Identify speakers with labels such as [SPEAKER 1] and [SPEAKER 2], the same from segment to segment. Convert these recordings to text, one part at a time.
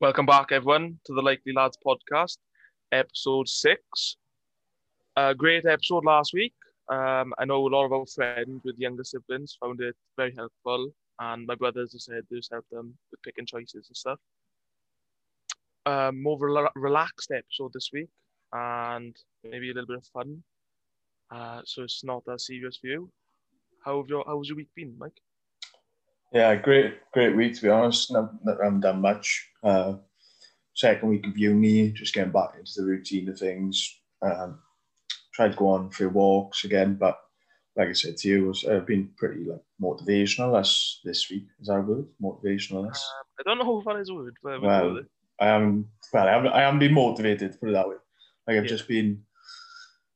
[SPEAKER 1] Welcome back, everyone, to the Likely Lads podcast, episode six. A great episode last week. Um, I know a lot of our friends with younger siblings found it very helpful, and my brothers have said this helped them with picking choices and stuff. Um, more rela- relaxed episode this week, and maybe a little bit of fun. Uh, so it's not that serious for you. How have your How's your week been, Mike?
[SPEAKER 2] Yeah, great, great week to be honest. Not, not haven't done much. Uh, second week of uni, just getting back into the routine of things. Um, tried to go on for walks again, but like I said to you, it was uh, been pretty like motivational. Us this week is our word, motivational. Us.
[SPEAKER 1] Um, I don't know if that is a word, but we
[SPEAKER 2] Well,
[SPEAKER 1] go with it.
[SPEAKER 2] I am well. I haven't, I haven't been motivated. Put it that way. Like I've
[SPEAKER 1] Yeah.
[SPEAKER 2] just been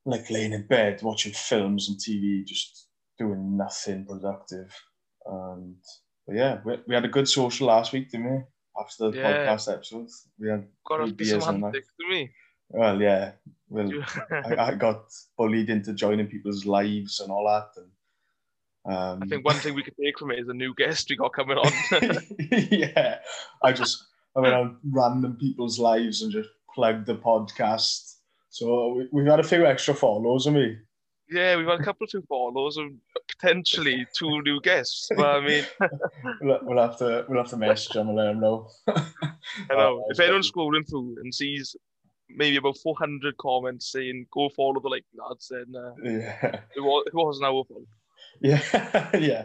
[SPEAKER 2] like laying in bed watching films and TV, just doing nothing productive. And but yeah, we, we had a good social last week, didn't we? After the
[SPEAKER 1] Yeah.
[SPEAKER 2] podcast episode, we had
[SPEAKER 1] got to
[SPEAKER 2] Good
[SPEAKER 1] be
[SPEAKER 2] beers and
[SPEAKER 1] semantic to me.
[SPEAKER 2] well, yeah, well,
[SPEAKER 1] You-
[SPEAKER 2] I, I got bullied into joining people's lives and all that. And um,
[SPEAKER 1] I think one thing we could take from it is a new guest we got coming on.
[SPEAKER 2] yeah, I just I went on random people's lives and just plugged the podcast. So we, we've had a few extra follows, haven't we?
[SPEAKER 1] yeah, we've had a couple of two follows and potentially two new guests. But I mean,
[SPEAKER 2] We'll, we'll have to we'll have to message them and let them know. Uh,
[SPEAKER 1] I know if anyone's scrolling through and sees maybe about 400 comments saying go follow the like lads, then uh,
[SPEAKER 2] yeah,
[SPEAKER 1] it, was, it wasn't our fault.
[SPEAKER 2] yeah, yeah.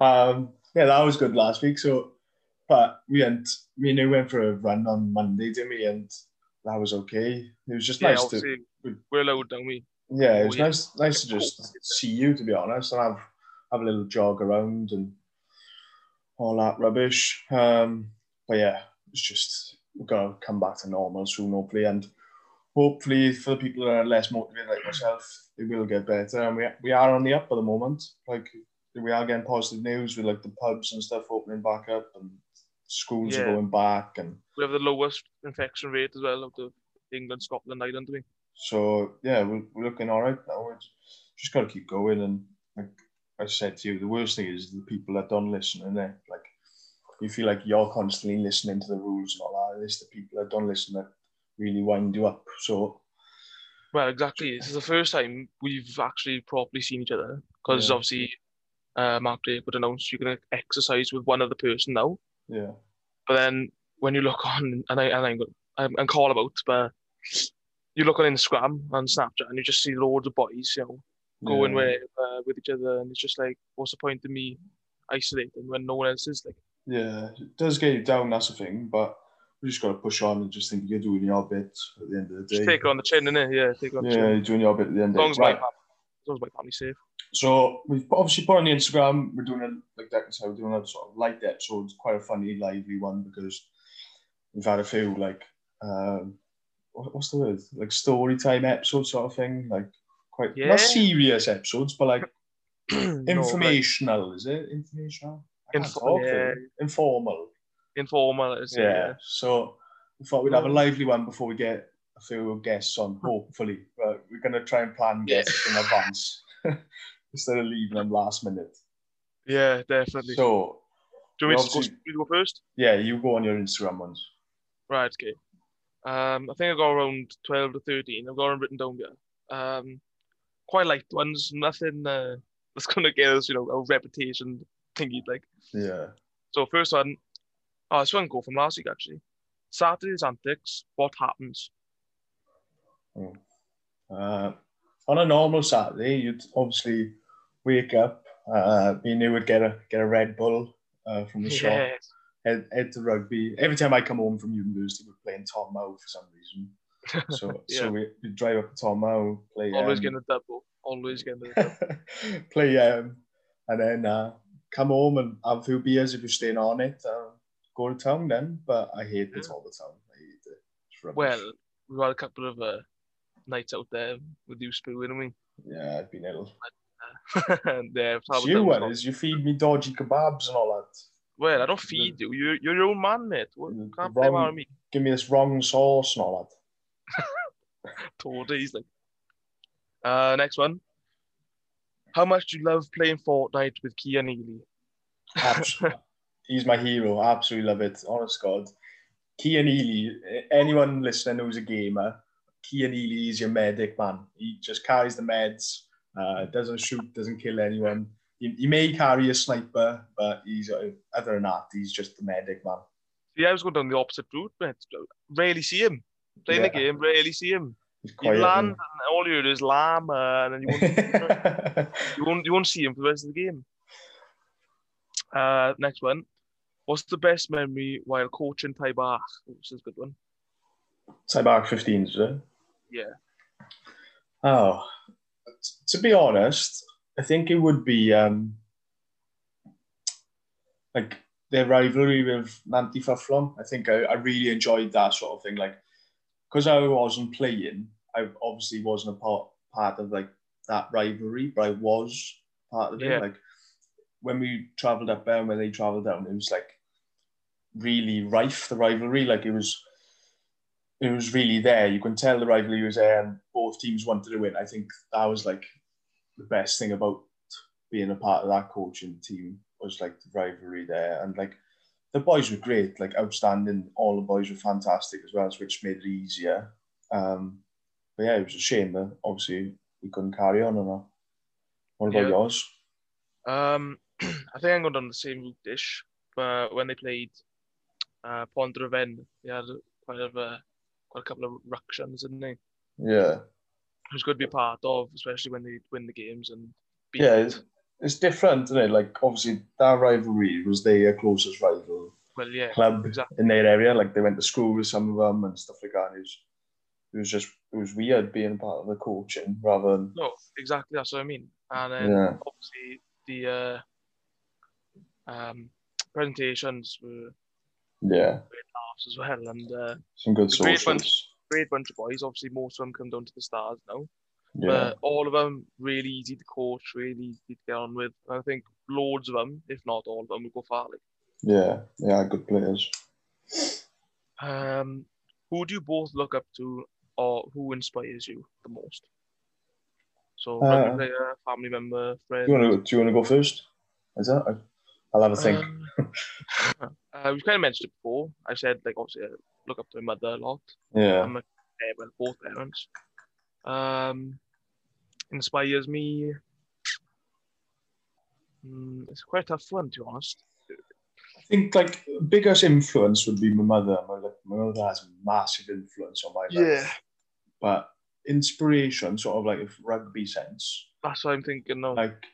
[SPEAKER 2] Um, yeah, that was good last week. So, but we went, me and you went for a run on Monday, didn't we? And that was okay. It was just
[SPEAKER 1] yeah,
[SPEAKER 2] nice to Hmm.
[SPEAKER 1] obviously we're allowed, don't we?
[SPEAKER 2] Yeah,
[SPEAKER 1] Oh,
[SPEAKER 2] it was
[SPEAKER 1] yeah.
[SPEAKER 2] nice, nice to just see you, to be honest, and have have a little jog around and all that rubbish. Um, but yeah, it's just we're gonna come back to normal soon, hopefully, and hopefully for the people that are less motivated like myself, it will get better. And we we are on the up at the moment. Like we are getting positive news with like the pubs and stuff opening back up, and schools are
[SPEAKER 1] Yeah.
[SPEAKER 2] going back, and
[SPEAKER 1] We have the lowest infection rate as well of the England, Scotland, Ireland, do we?
[SPEAKER 2] So yeah, we're, we're looking all right now. We're just, just got to keep going. And like I said to you, the worst thing is the people that don't listen. And they like you feel like you're constantly listening to the rules and all that. It's the people that don't listen that really wind you up. So
[SPEAKER 1] Well, exactly. This is the first time we've actually properly seen each other because
[SPEAKER 2] Yeah.
[SPEAKER 1] obviously uh, Mark Drake would announce you're going to exercise with one other person now.
[SPEAKER 2] yeah,
[SPEAKER 1] But then when you look on, and I um, and I'm, go- I'm, I'm call about, but you look on Instagram and Snapchat and you just see loads of boys, you know, going
[SPEAKER 2] yeah.
[SPEAKER 1] with uh, with each other, and it's just like, what's the point of me isolating when no one else is? Like,
[SPEAKER 2] Yeah, it does get you down. That's the thing. But we just got to push on and just think you're doing your bit at the end of the
[SPEAKER 1] just
[SPEAKER 2] day.
[SPEAKER 1] take it on the chin, innit? Yeah, take it on the
[SPEAKER 2] yeah,
[SPEAKER 1] chin.
[SPEAKER 2] you're doing your bit at the end
[SPEAKER 1] As
[SPEAKER 2] of the day.
[SPEAKER 1] long as my
[SPEAKER 2] Right.
[SPEAKER 1] fam- as long as my family's safe.
[SPEAKER 2] So we've obviously put on the Instagram. We're doing a, like Declan said, we're doing a sort of light episode. It's quite a funny, lively one because we've had a few like um, what- what's the word? Like story time episodes, sort of thing. Like quite
[SPEAKER 1] Yeah.
[SPEAKER 2] not serious episodes, but like informational. Is it informational? I can't
[SPEAKER 1] Info-
[SPEAKER 2] talk,
[SPEAKER 1] yeah.
[SPEAKER 2] really. Informal.
[SPEAKER 1] informal. it's-
[SPEAKER 2] Yeah. So we thought we'd have a
[SPEAKER 1] Mm.
[SPEAKER 2] lively one before we get a few guests on, hopefully. But we're gonna try and plan
[SPEAKER 1] Yeah.
[SPEAKER 2] guests in advance instead of leaving them last minute.
[SPEAKER 1] Yeah, definitely.
[SPEAKER 2] So
[SPEAKER 1] Do you want me to go,
[SPEAKER 2] obviously-
[SPEAKER 1] you to go first?
[SPEAKER 2] yeah, you go on your Instagram ones.
[SPEAKER 1] Right, okay. Um, I think I got around 12 to 13. I've got them written down here. Um, quite light ones, nothing uh, that's going to get us, you know, a reputation thingy. Like,
[SPEAKER 2] Yeah.
[SPEAKER 1] so first one, oh, this one go from last week actually. Saturday's Antics, what happens?
[SPEAKER 2] Mm. Uh, on a normal Saturday, you'd obviously wake up. Uh, me and you would get a get a Red Bull uh, from the shop.
[SPEAKER 1] Yeah,
[SPEAKER 2] Head, head to rugby. Every time I come home from university, we're playing Tom Mow for some reason. So
[SPEAKER 1] Yeah.
[SPEAKER 2] so we, we drive up to Tom Mow, play
[SPEAKER 1] always
[SPEAKER 2] um,
[SPEAKER 1] getting a double. Always getting a double.
[SPEAKER 2] play um, and then uh, come home and have a few beers if you're staying on it. Uh, go to town then, but I hate the
[SPEAKER 1] Yeah.
[SPEAKER 2] top of town. I hate it. It's rubbish.
[SPEAKER 1] well, we had a couple of uh, nights out there with you spewing, and we.
[SPEAKER 2] yeah, I've been ill.
[SPEAKER 1] and, uh,
[SPEAKER 2] It's
[SPEAKER 1] Tom
[SPEAKER 2] you
[SPEAKER 1] Duncan's
[SPEAKER 2] what is you feed me dodgy kebabs and all that.
[SPEAKER 1] Well, I don't feed you. You're, you're your own man, mate. What,
[SPEAKER 2] The-
[SPEAKER 1] can't
[SPEAKER 2] the
[SPEAKER 1] blame
[SPEAKER 2] wrong-
[SPEAKER 1] on me.
[SPEAKER 2] Give me this wrong sauce and all
[SPEAKER 1] Totally. He's like, uh, next one. How much do you love playing Fortnite with Kia Neely?
[SPEAKER 2] that. Abs- He's my hero. I absolutely love it. Honest God. Kean Ely, anyone listening who's a gamer, Kean Ely is your medic, man. He just carries the meds, uh, doesn't shoot, doesn't kill anyone. He, he may carry a sniper, but he's uh, other than that, he's just the medic, man.
[SPEAKER 1] See, I was going down the opposite route, mate. Rarely see him. Playing the
[SPEAKER 2] Yeah.
[SPEAKER 1] game, rarely see him.
[SPEAKER 2] He's
[SPEAKER 1] He'd
[SPEAKER 2] quiet.
[SPEAKER 1] land
[SPEAKER 2] and-
[SPEAKER 1] and all you hear is llama, and then you won't, you, won't, you won't see him for the rest of the game. Uh, next one. What's the best memory while coaching Thai Bach? This is a good one.
[SPEAKER 2] Cyborg 15, is it?
[SPEAKER 1] Yeah.
[SPEAKER 2] Oh, t- to be honest, I think it would be um, like their rivalry with Nanti Faflon. I think I, I really enjoyed that sort of thing. Like, because I wasn't playing, I obviously wasn't a part part of like that rivalry, but I was part of it.
[SPEAKER 1] Yeah.
[SPEAKER 2] Like when we travelled up there and when they travelled down, it was like really rife the rivalry. Like it was it was really there. You can tell the rivalry was there, and both teams wanted to win. I think that was like the best thing about being a part of that coaching team was like the rivalry there, and like the boys were great, like outstanding. All the boys were fantastic as well, which made it easier. Um, but yeah, it was a shame that obviously we couldn't carry on on that. What about
[SPEAKER 1] Yeah.
[SPEAKER 2] yours?
[SPEAKER 1] Um, I think I'm going down the same route ish, but when they played uh, Pondreven, they had quite of a, quite a couple of ructions, didn't they? It
[SPEAKER 2] Yeah,
[SPEAKER 1] was good to be part of, especially when they win the games and beat
[SPEAKER 2] yeah, it's, it's different, isn't it? Like obviously that rivalry was their closest rival.
[SPEAKER 1] well, yeah,
[SPEAKER 2] club
[SPEAKER 1] Exactly.
[SPEAKER 2] in their area. Like they went to school with some of them and stuff like that. It was, it was just it was weird being part of the coaching rather than
[SPEAKER 1] no, exactly. That's what I mean. And then
[SPEAKER 2] yeah
[SPEAKER 1] obviously the uh, um, presentations were
[SPEAKER 2] yeah
[SPEAKER 1] class as well, and uh,
[SPEAKER 2] some good
[SPEAKER 1] The great ones.
[SPEAKER 2] sources.
[SPEAKER 1] great bunch of boys. Obviously, most of them come down to the stars now.
[SPEAKER 2] Yeah,
[SPEAKER 1] But all of them really easy to coach, really easy to get on with. And I think loads of them, if not all of them, will go far. Like,
[SPEAKER 2] yeah, yeah, good players.
[SPEAKER 1] um, who do you both look up to, or who inspires you the most? So, rugby
[SPEAKER 2] Uh,
[SPEAKER 1] player, family member,
[SPEAKER 2] Do
[SPEAKER 1] friend.
[SPEAKER 2] you want to do you want to go first? Is that? I- I'll have a think.
[SPEAKER 1] Um, uh, we've kind of mentioned it before. I said like obviously I look up to my mother a lot.
[SPEAKER 2] yeah,
[SPEAKER 1] um, Eh, well, both parents. Um, inspires me. Mm, it's quite a tough one, to be honest.
[SPEAKER 2] I think like biggest influence would be my mother. My, like, my mother has massive influence on my life. But inspiration, sort of like if rugby sense,
[SPEAKER 1] that's what I'm thinking. Now.
[SPEAKER 2] like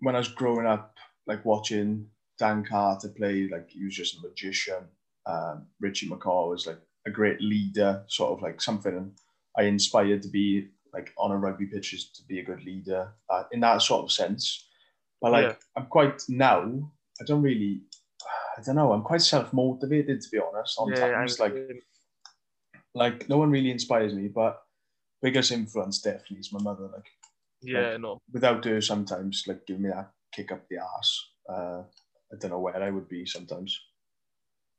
[SPEAKER 2] when I was growing up, like watching Dan Carter play, like he was just a magician. Um, Richie McCaw was like a great leader, sort of like something I inspired to be like on a rugby pitch is to be a good leader uh, in that sort of sense. But like
[SPEAKER 1] Yeah.
[SPEAKER 2] I'm quite now, I don't really, I don't know, I'm quite self motivated to be honest. On times, like
[SPEAKER 1] I'm-
[SPEAKER 2] like no one really inspires me, but biggest influence definitely is my mother. Like
[SPEAKER 1] yeah, no,
[SPEAKER 2] without her sometimes like give me that kick up the ass. Uh, I don't know where I would be sometimes.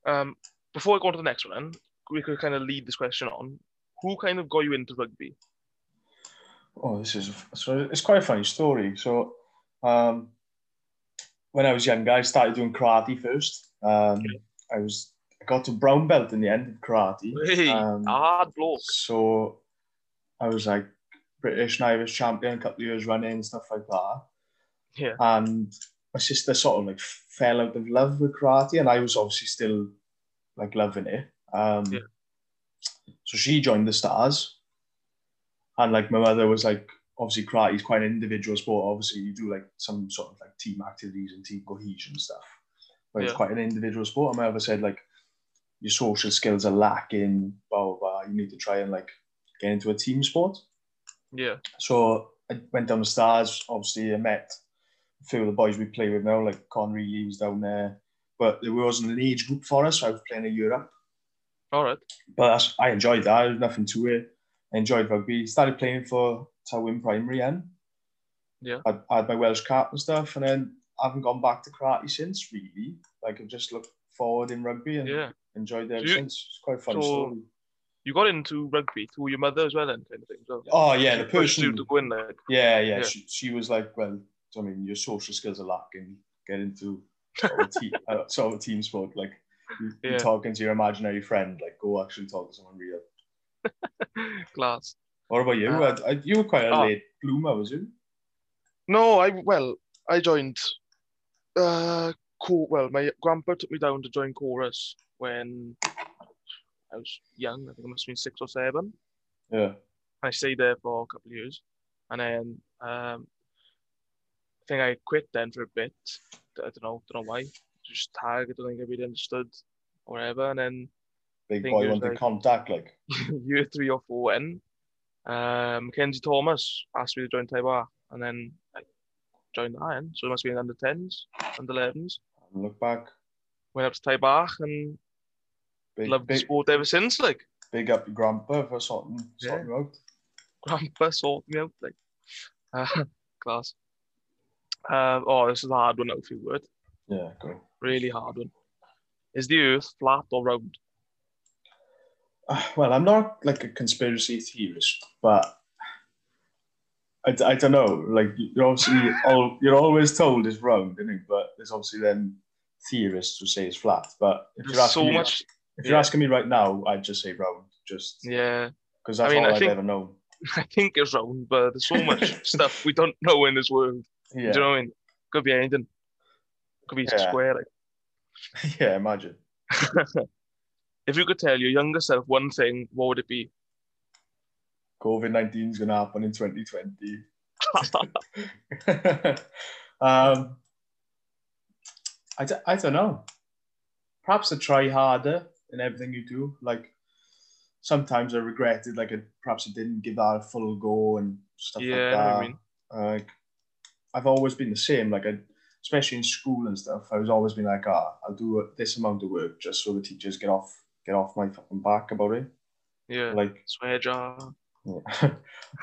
[SPEAKER 1] Um, before I go on to the next one, we could kind of lead this question on. Who kind of got you into rugby?
[SPEAKER 2] Oh, this is so it's quite a funny story. So, um, when I was younger, I started doing karate first. Um,
[SPEAKER 1] Okay.
[SPEAKER 2] I was I got to brown belt in the end of karate.
[SPEAKER 1] Hey,
[SPEAKER 2] Um,
[SPEAKER 1] a hard blow.
[SPEAKER 2] So I was like British and Irish champion a couple of years running and stuff like that.
[SPEAKER 1] Yeah.
[SPEAKER 2] And my sister sort of like fell out of love with karate, and I was obviously still like loving it. Um,
[SPEAKER 1] Yeah.
[SPEAKER 2] So she joined the Stars, and like my mother was like, obviously karate is quite an individual sport. Obviously, you do like some sort of like team activities and team cohesion stuff, but it's
[SPEAKER 1] Yeah.
[SPEAKER 2] quite an individual sport. And my mother said like, your social skills are lacking, blah blah blah. You need to try and like get into a team sport.
[SPEAKER 1] Yeah,
[SPEAKER 2] So I went down the stars. Obviously, I met a few of the boys we play with now, like Conry Leaves down there. But there wasn't an age group for us. So I was playing in Europe.
[SPEAKER 1] all right.
[SPEAKER 2] But that's, I enjoyed that. There was nothing to it. I enjoyed rugby. Started playing for Tawin Primary and
[SPEAKER 1] Yeah.
[SPEAKER 2] I, I had my Welsh cap and stuff. And then I haven't gone back to karate since, really. Like, I've just looked forward in rugby and
[SPEAKER 1] Yeah,
[SPEAKER 2] enjoyed it ever
[SPEAKER 1] So you-
[SPEAKER 2] since. It's quite a fun
[SPEAKER 1] so-
[SPEAKER 2] story.
[SPEAKER 1] you got into rugby through your mother as well, then kind of thing. So
[SPEAKER 2] Oh, yeah, the
[SPEAKER 1] She pushed you
[SPEAKER 2] person.
[SPEAKER 1] to go in there.
[SPEAKER 2] Yeah, yeah.
[SPEAKER 1] Yeah.
[SPEAKER 2] She, she was like, well, I mean, your social skills are lacking. Get into sort of a, te- uh, sort of a team sport. Like, You-
[SPEAKER 1] Yeah.
[SPEAKER 2] You're talking to your imaginary friend. Like, go actually talk to someone real.
[SPEAKER 1] Class.
[SPEAKER 2] What about you?
[SPEAKER 1] Uh,
[SPEAKER 2] I, I, you were quite a
[SPEAKER 1] oh.
[SPEAKER 2] late bloomer, was you?
[SPEAKER 1] No, I well, I joined. Uh, co- well, my grandpa took me down to join chorus when I was young. I think I must have been six or seven.
[SPEAKER 2] Yeah.
[SPEAKER 1] I stayed there for a couple of years, and then um, I think I quit then for a bit. I don't know, don't know why. Just tag. I don't think I really understood, or whatever. And then
[SPEAKER 2] Big
[SPEAKER 1] Think
[SPEAKER 2] boy
[SPEAKER 1] it was
[SPEAKER 2] wanted
[SPEAKER 1] like-
[SPEAKER 2] contact. Like,
[SPEAKER 1] year three or four in, um, Mackenzie Thomas asked me to join Taiwan, and then I joined Iron. So it must be in under 10s, under 11s.
[SPEAKER 2] look back.
[SPEAKER 1] Went up to Taibach and
[SPEAKER 2] Big,
[SPEAKER 1] loved the
[SPEAKER 2] big,
[SPEAKER 1] sport ever since. Like,
[SPEAKER 2] big up your grandpa for sorting,
[SPEAKER 1] Yeah.
[SPEAKER 2] sorting you out.
[SPEAKER 1] grandpa sorted me out. Like, uh, class. Uh, oh, this is a hard one, if you would.
[SPEAKER 2] Yeah, go.
[SPEAKER 1] Really hard one. Is the earth flat or round?
[SPEAKER 2] Uh, well, I'm not like a conspiracy theorist, but I, d- I don't know. Like, you're obviously all, you're always told it's round, isn't it? But there's obviously then theorists who say it's flat. But if you're
[SPEAKER 1] There's
[SPEAKER 2] asking
[SPEAKER 1] so
[SPEAKER 2] me,
[SPEAKER 1] much.
[SPEAKER 2] if you're
[SPEAKER 1] yeah.
[SPEAKER 2] asking me right now, I'd just say round, just
[SPEAKER 1] Yeah,
[SPEAKER 2] because
[SPEAKER 1] I
[SPEAKER 2] that's
[SPEAKER 1] mean,
[SPEAKER 2] all
[SPEAKER 1] I
[SPEAKER 2] I've
[SPEAKER 1] think-
[SPEAKER 2] ever known.
[SPEAKER 1] I think it's round, but there's so much stuff we don't know in this world.
[SPEAKER 2] Yeah,
[SPEAKER 1] Do you know what I mean? Could be anything. Could be
[SPEAKER 2] Yeah.
[SPEAKER 1] square.
[SPEAKER 2] yeah. Imagine.
[SPEAKER 1] if you could tell your younger self one thing, what would it be?
[SPEAKER 2] COVID 19 is going to happen in 2020. um, I, d- I don't know. Perhaps to try harder in everything you do. Like sometimes I regretted, like, I, perhaps I didn't give that a full go and stuff
[SPEAKER 1] Yeah,
[SPEAKER 2] like
[SPEAKER 1] I know
[SPEAKER 2] that.
[SPEAKER 1] what you mean.
[SPEAKER 2] Like, I've always been the same. Like, I, especially in school and stuff, I was always been like, ah, I'll do this amount of work just so the teachers get off get off my fucking back about it.
[SPEAKER 1] Yeah,
[SPEAKER 2] Like,
[SPEAKER 1] swear jar.
[SPEAKER 2] yeah.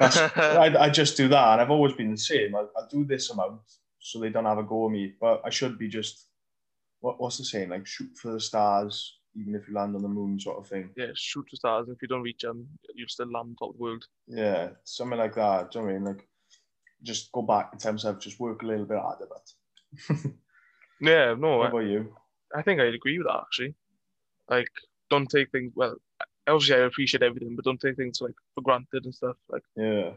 [SPEAKER 2] That's, I, I just do that, and I've always been the same. I, I do this amount so they don't have a go at me, but I should be just what, what's the saying like shoot for the stars, even if you land on the moon, sort of thing.
[SPEAKER 1] Yeah, shoot for stars. If you don't reach them, you're still land top of the world.
[SPEAKER 2] Yeah, something like that. Do you know what I mean? Like just go back in terms of just work a little bit harder. But
[SPEAKER 1] Yeah, no,
[SPEAKER 2] what
[SPEAKER 1] I,
[SPEAKER 2] about you?
[SPEAKER 1] I think I'd agree with that actually. Like, don't take things well. Obviously, I appreciate everything, but don't take things like for granted and stuff. Like,
[SPEAKER 2] Yeah,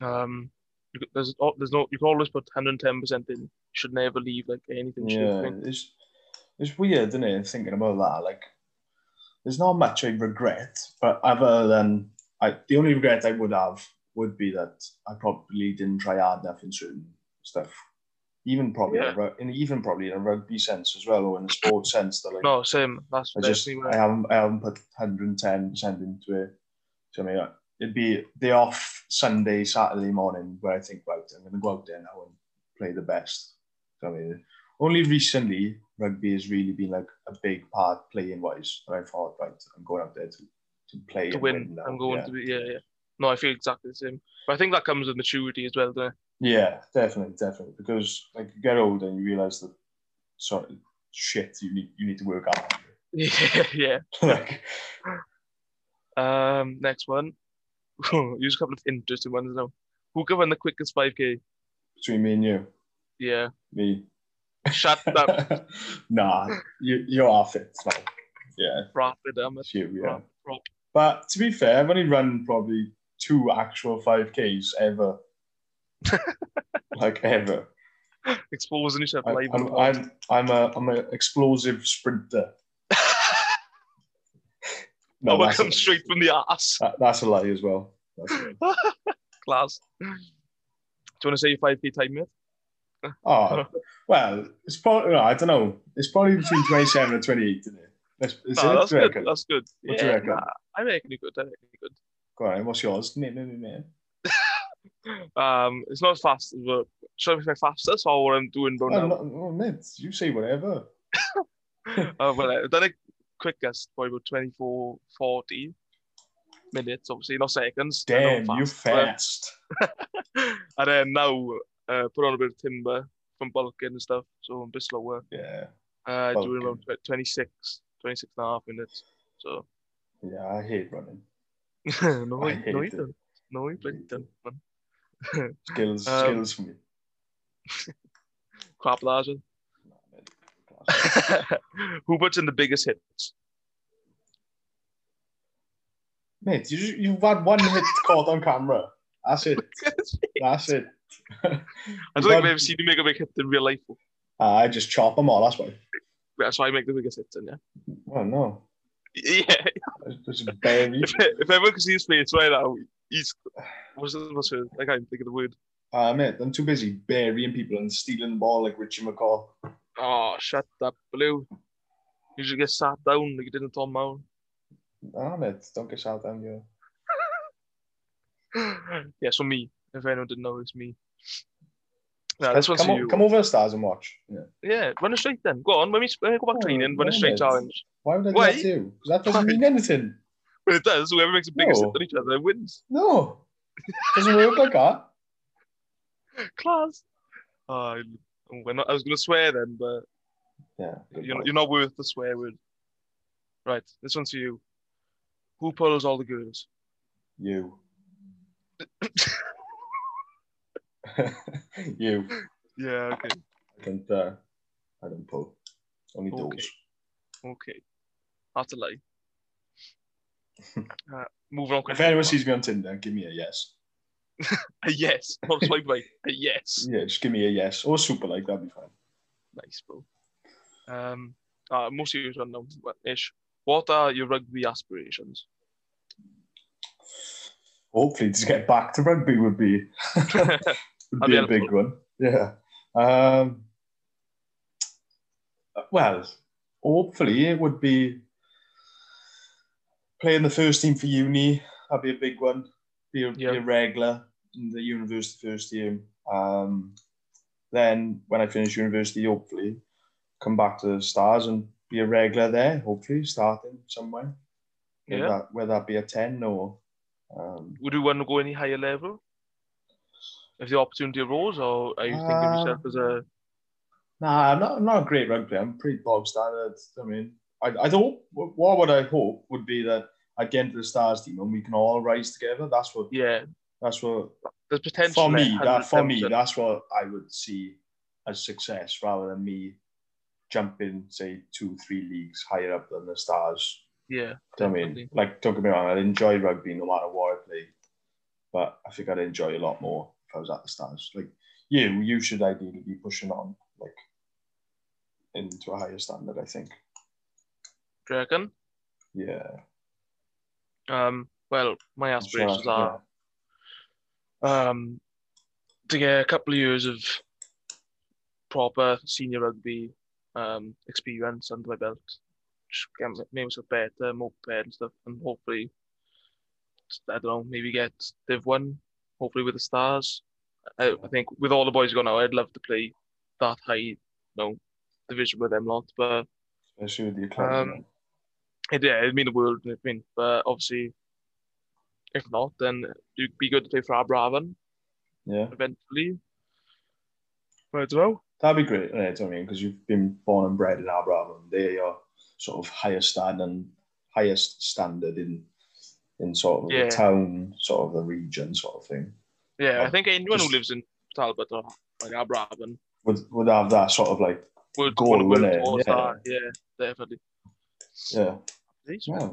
[SPEAKER 1] um, you could- there's al- there's no you can always put 110 percent in. You should never leave like anything.
[SPEAKER 2] yeah.
[SPEAKER 1] Yeah.
[SPEAKER 2] It's it's weird, isn't it? Thinking about that, like there's not much I regret, but other than I, the only regret I would have would be that I probably didn't try hard enough in certain stuff. Even probably in, a, rug- in even probably in a rugby sense as well, or in a sports sense. That like
[SPEAKER 1] No, same. That's
[SPEAKER 2] I just
[SPEAKER 1] definitely
[SPEAKER 2] I
[SPEAKER 1] where.
[SPEAKER 2] haven't I haven't put 110 percent into it. So I mean, uh, it'd be day off Sunday, Saturday morning where I think, right, I'm going to go out there now and play the best. So I mean, only recently rugby has really been like a big part playing wise. And I thought, right, I'm going out there to, to play
[SPEAKER 1] to
[SPEAKER 2] and
[SPEAKER 1] win.
[SPEAKER 2] now.
[SPEAKER 1] I'm going
[SPEAKER 2] yeah.
[SPEAKER 1] to be yeah, yeah. No, I feel exactly the same. But I think that comes with maturity as well, doesn't it?
[SPEAKER 2] Yeah, definitely, definitely. Because like you get older and you realize that sort of shit you need you need to work out.
[SPEAKER 1] Yeah, yeah.
[SPEAKER 2] like
[SPEAKER 1] Um, next one. Use a couple of interesting ones now. Who can run the quickest 5K?
[SPEAKER 2] between me and you,
[SPEAKER 1] Yeah.
[SPEAKER 2] me.
[SPEAKER 1] Shut up,
[SPEAKER 2] nah, you, you're off it. Like, yeah,
[SPEAKER 1] rapid. I'm a
[SPEAKER 2] it's you, yeah.
[SPEAKER 1] Right, right.
[SPEAKER 2] But to be fair, I've only run probably two actual 5Ks ever. like, ever.
[SPEAKER 1] exposing yourself
[SPEAKER 2] I,
[SPEAKER 1] live. on the
[SPEAKER 2] I'm,
[SPEAKER 1] pod.
[SPEAKER 2] I'm, I'm, a, I'm an explosive sprinter. No,
[SPEAKER 1] oh, I
[SPEAKER 2] that's
[SPEAKER 1] come
[SPEAKER 2] a-
[SPEAKER 1] straight from the ass.
[SPEAKER 2] that- that's a lie as well. That's a-
[SPEAKER 1] Class. Do you want to say your 5K time yet?
[SPEAKER 2] Oh, well, it's probably, no, I don't know. It's probably between 27 and 28 today. Let's, is
[SPEAKER 1] Nah, Ah,
[SPEAKER 2] it?
[SPEAKER 1] that's
[SPEAKER 2] Do you
[SPEAKER 1] good.
[SPEAKER 2] reckon?
[SPEAKER 1] That's good.
[SPEAKER 2] What do you reckon?
[SPEAKER 1] nah, I reckon you're good. I reckon you're good.
[SPEAKER 2] Go on, what's yours? Me, me, me, me.
[SPEAKER 1] Um, it's not as fast, but should I be my fastest or what I'm doing don't
[SPEAKER 2] Oh,
[SPEAKER 1] know.
[SPEAKER 2] no, oh, mate, you say whatever.
[SPEAKER 1] Uh, well, I've done it quickest, probably about 24, 40 minutes, obviously, not seconds. I know
[SPEAKER 2] Damn,
[SPEAKER 1] I'm
[SPEAKER 2] you
[SPEAKER 1] but-
[SPEAKER 2] fast.
[SPEAKER 1] and then now uh, put on a bit of timber from bulking and stuff, so I'm a bit slower.
[SPEAKER 2] Yeah,
[SPEAKER 1] Uh, doing about
[SPEAKER 2] Bulking.
[SPEAKER 1] tw- 26, 26 and a half minutes. So,
[SPEAKER 2] yeah, I hate running.
[SPEAKER 1] no,
[SPEAKER 2] I
[SPEAKER 1] you- no,
[SPEAKER 2] hate
[SPEAKER 1] you
[SPEAKER 2] it.
[SPEAKER 1] don't. No, you bloody don't, man.
[SPEAKER 2] Skills,
[SPEAKER 1] Um,
[SPEAKER 2] skills for me.
[SPEAKER 1] Crap, Larson. Who puts in the biggest hits?
[SPEAKER 2] Mate, you, you've had one hit caught on camera. That's it. That's it.
[SPEAKER 1] I
[SPEAKER 2] Um,
[SPEAKER 1] don't think I've ever seen you make a big hit in real life.
[SPEAKER 2] Uh, I just chop them all. That's why.
[SPEAKER 1] That's why I make the biggest hits, and yeah.
[SPEAKER 2] Well, no.
[SPEAKER 1] Yeah.
[SPEAKER 2] It's just barely.
[SPEAKER 1] If, if everyone could see his face right now, he's. What's, what's it? I can't think of the word.
[SPEAKER 2] Uh, mate, I'm too busy burying people and stealing the ball like Richie McCaw.
[SPEAKER 1] Oh, shut up, Blue. You should get sat down like you did in Tom Mound.
[SPEAKER 2] Nah, mate, don't get shot down here.
[SPEAKER 1] yeah, so me. If anyone didn't know, it's me. Nah, this one's
[SPEAKER 2] come,
[SPEAKER 1] for
[SPEAKER 2] o-
[SPEAKER 1] you.
[SPEAKER 2] come over to Stars and watch. Yeah.
[SPEAKER 1] Yeah, run it straight then. Go on, when we, when we go back
[SPEAKER 2] Oh,
[SPEAKER 1] training, run a
[SPEAKER 2] no,
[SPEAKER 1] straight
[SPEAKER 2] mate.
[SPEAKER 1] challenge.
[SPEAKER 2] Why would I do
[SPEAKER 1] Why?
[SPEAKER 2] that to you? 'Cause that doesn't
[SPEAKER 1] Why?
[SPEAKER 2] mean anything.
[SPEAKER 1] But it does. Whoever makes the biggest
[SPEAKER 2] No.
[SPEAKER 1] hit on each other wins.
[SPEAKER 2] No. Doesn't work like that.
[SPEAKER 1] Class. Uh, we're not, I was going to swear then, but
[SPEAKER 2] Yeah. good
[SPEAKER 1] you're,
[SPEAKER 2] point.
[SPEAKER 1] you're not worth the swear word. Right, this one's for you. Who pulls all the girls?
[SPEAKER 2] You. you.
[SPEAKER 1] Yeah, okay.
[SPEAKER 2] I don't, uh, I don't pull. Only
[SPEAKER 1] Okay.
[SPEAKER 2] doors.
[SPEAKER 1] Okay. That's a lie. uh, moving on.
[SPEAKER 2] If anyone sees me on Tinder, give me a yes.
[SPEAKER 1] a yes, not a swipe right. A yes.
[SPEAKER 2] Yeah, just give me a yes. Or super like, that'd be fine.
[SPEAKER 1] Nice, bro. Um, uh, most of you don't know, but ish. What are your rugby aspirations?
[SPEAKER 2] Hopefully to get back to rugby would be
[SPEAKER 1] That'd
[SPEAKER 2] would
[SPEAKER 1] That'd be
[SPEAKER 2] be a big one. Yeah. Um, well, hopefully it would be playing the first team for uni. That'd be a big one. Be a,
[SPEAKER 1] Yeah.
[SPEAKER 2] be a regular in the university first team. Um, then when I finish university, hopefully come back to the Stars and be a regular there. Hopefully starting somewhere. Whether
[SPEAKER 1] Yeah.
[SPEAKER 2] that, whether that be a ten or um,
[SPEAKER 1] Would you want to go any higher level? If the opportunity arose, or are you thinking of
[SPEAKER 2] Uh,
[SPEAKER 1] yourself as a
[SPEAKER 2] Nah, I'm not, I'm not a great rugby. I'm pretty bog standard. I mean, I, I hope, what would I hope would be that I'd get into the Stars team and we can all rise together. That's what,
[SPEAKER 1] yeah?
[SPEAKER 2] that's what,
[SPEAKER 1] There's potential
[SPEAKER 2] for
[SPEAKER 1] there,
[SPEAKER 2] me, that, for me,
[SPEAKER 1] 110%.
[SPEAKER 2] that's what I would see as success rather than me jumping, say, two, three leagues higher up than the Stars.
[SPEAKER 1] yeah,
[SPEAKER 2] Do you know what I mean?
[SPEAKER 1] Definitely.
[SPEAKER 2] Like, don't get me wrong, I'd enjoy rugby no matter what I play, but I think I'd enjoy a lot more if I was at the stands. Like, you, you should ideally be pushing on, like, into a higher standard, I think.
[SPEAKER 1] do you reckon?
[SPEAKER 2] Yeah.
[SPEAKER 1] Um, well, my
[SPEAKER 2] I'm sure I-
[SPEAKER 1] aspirations are um, to get a couple of years of proper senior rugby um, experience under my belt, just get my- make myself better, more prepared and stuff, and hopefully, I don't know, maybe get Div One, hopefully with the Stars. I, I think with all the boys gone now, I'd love to play that high, you know, division with them lot, but
[SPEAKER 2] yeah, Especially with the academy.
[SPEAKER 1] Um, it, yeah, it'd mean the world. I mean, but obviously, if not, then it'd be good to play for Abravan
[SPEAKER 2] yeah.
[SPEAKER 1] eventually. But I don't know.
[SPEAKER 2] That'd be great, yeah, do you know what I mean? Because you've been born and bred in Aberbrothy. They're your sort of highest standard, highest standard in in sort of
[SPEAKER 1] Yeah.
[SPEAKER 2] the town, sort of the region, sort of thing.
[SPEAKER 1] Yeah, I
[SPEAKER 2] Oh,
[SPEAKER 1] think anyone
[SPEAKER 2] just-
[SPEAKER 1] who lives in Talbot or like Abravan
[SPEAKER 2] Would, would have that sort of like,
[SPEAKER 1] would
[SPEAKER 2] Goal,
[SPEAKER 1] would
[SPEAKER 2] wouldn't
[SPEAKER 1] work towards
[SPEAKER 2] it? Yeah.
[SPEAKER 1] that. Yeah, definitely.
[SPEAKER 2] yeah,
[SPEAKER 1] These-
[SPEAKER 2] yeah,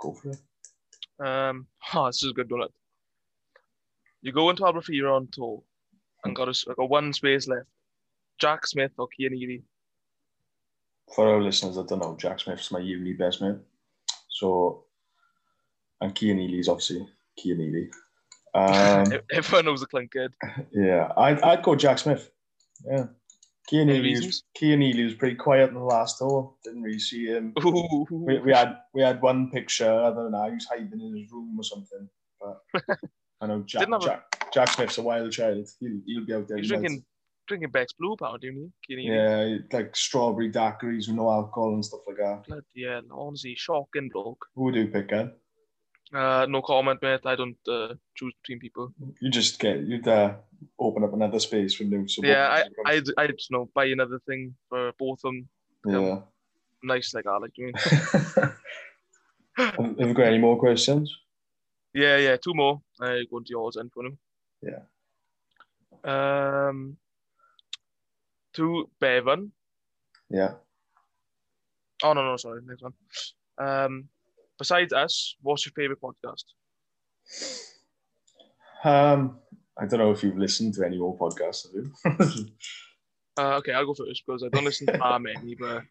[SPEAKER 2] go for it.
[SPEAKER 1] Um, oh, this is a good one. You go into Albafira on tour and got a, s- got one space left. Jack Smith or Kean Eady?
[SPEAKER 2] for our listeners that don't know, Jack Smith's my uni best mate. So, and Kean Ely's obviously Kean Ely. Um,
[SPEAKER 1] E, Everyone knows a clunkhead.
[SPEAKER 2] yeah, I'd, I'd go Jack Smith. Yeah. Kean
[SPEAKER 1] Any
[SPEAKER 2] Ely, was,
[SPEAKER 1] reasons?
[SPEAKER 2] Kean Ely was pretty quiet in the last tour. Didn't really see him. We, we had we had one picture. Other than that, he was hiding in his room or something. But I know Jack
[SPEAKER 1] Didn't have a-
[SPEAKER 2] Jack, Jack Smith's a wild child. He'll, he'll be out there.
[SPEAKER 1] He's
[SPEAKER 2] tonight.
[SPEAKER 1] drinking drinking Beck's Blue Power, didn't he? Kean Eady.
[SPEAKER 2] Yeah, like strawberry daiquiris with no alcohol and stuff like that.
[SPEAKER 1] Bloody hell, honestly, shocking bloke.
[SPEAKER 2] Who would you pick, Ed?
[SPEAKER 1] Uh, no comment, mate. I don't uh, choose between people.
[SPEAKER 2] You just get you'd uh, open up another space for new support.
[SPEAKER 1] Yeah, I, I, I just know buy another thing for both of them.
[SPEAKER 2] yeah.
[SPEAKER 1] Nice, like that, like you mean.
[SPEAKER 2] have, have you got any more questions?
[SPEAKER 1] Yeah, yeah, two more. I go into yours and for them.
[SPEAKER 2] Yeah.
[SPEAKER 1] Um, to Bevan
[SPEAKER 2] Yeah.
[SPEAKER 1] Oh no, no, sorry, next one. Um, besides us, what's your favorite podcast?
[SPEAKER 2] Um, I don't know if you've listened to any more podcasts, have you?
[SPEAKER 1] Uh, okay, I'll go first because I don't listen to that many, but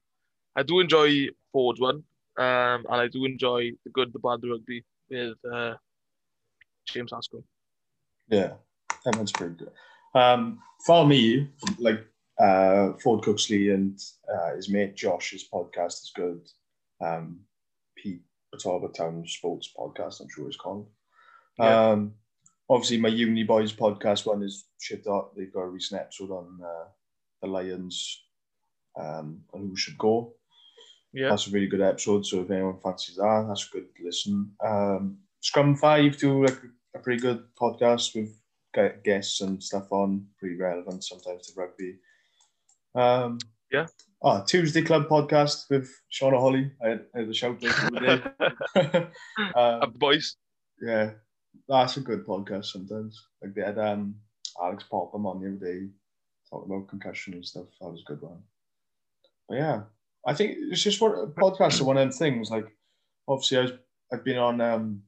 [SPEAKER 1] I do enjoy Ford one, um, and I do enjoy the good, the bad, the rugby with uh, James Haskell.
[SPEAKER 2] yeah, that one's pretty good. Um, for me, like uh, Ford Cooksley and uh, his mate Josh's podcast is good. Um, Pete Petaba Town Sports Podcast, I'm sure it's called.
[SPEAKER 1] Yeah.
[SPEAKER 2] Um, obviously, my Uni Boys podcast one is shit out. They've got a recent episode on uh, the Lions um, and who should go.
[SPEAKER 1] Yeah,
[SPEAKER 2] That's a really good episode. So if anyone fancies that, that's a good listen. Um, Scrum Five do like a pretty good podcast with gu- guests and stuff on, pretty relevant sometimes to rugby. Um,
[SPEAKER 1] Yeah.
[SPEAKER 2] Oh, Tuesday Club podcast with Shauna Holly. I had, I had a shout out the other day.
[SPEAKER 1] Uh,
[SPEAKER 2] um,
[SPEAKER 1] boys.
[SPEAKER 2] yeah, that's a good podcast sometimes. Like they had um, Alex Popham on the other day talking about concussion and stuff. That was a good one. But yeah, I think it's just what podcasts are one of them things. Like obviously, I was, I've been on um,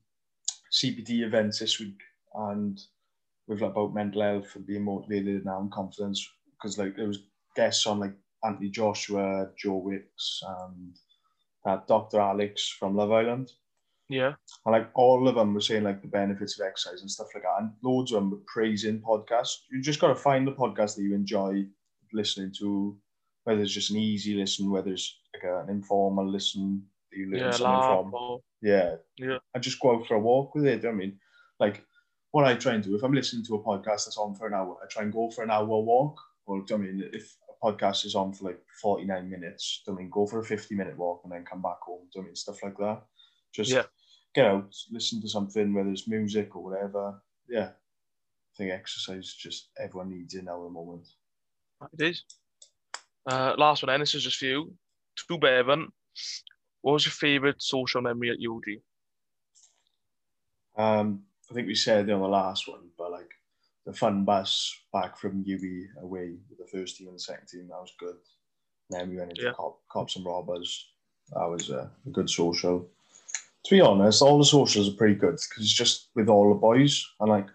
[SPEAKER 2] CPD events this week and with like about mental health and being motivated now and confidence because like there was guests on like Anthony Joshua, Joe Wicks, and that Dr. Alex from Love Island.
[SPEAKER 1] Yeah,
[SPEAKER 2] And like all of them were saying like the benefits of exercise and stuff like that. And loads of them were praising podcasts. You just gotta find the podcast that you enjoy listening to, whether it's just an easy listen, whether it's like a- an informal listen that you learn
[SPEAKER 1] yeah,
[SPEAKER 2] something
[SPEAKER 1] laugh
[SPEAKER 2] from.
[SPEAKER 1] or
[SPEAKER 2] Yeah.
[SPEAKER 1] Yeah.
[SPEAKER 2] And just go out for a walk with it. I mean, like what I try and do, if I'm listening to a podcast that's on for an hour, I try and go for an hour walk. Or do you know what I mean if a podcast is on for like 49 minutes, do you know what I mean go for a 50 minute walk and then come back home, do you know what I mean stuff like that. Just
[SPEAKER 1] Yeah.
[SPEAKER 2] get out, listen to something, whether it's music or whatever. Yeah. I think exercise is just everyone needs it now at the moment.
[SPEAKER 1] it is. Uh, last one, then. This is just for you. To Bevan, what was your favorite social memory at UG?
[SPEAKER 2] Um, I think we said on the last one, but like the fun bus back from UB away with the first team and the second team, that was good. Then we went into
[SPEAKER 1] Yeah.
[SPEAKER 2] cop, cops and robbers. That was a, a good social. To be honest, all the socials are pretty good because it's just with all the boys. And like,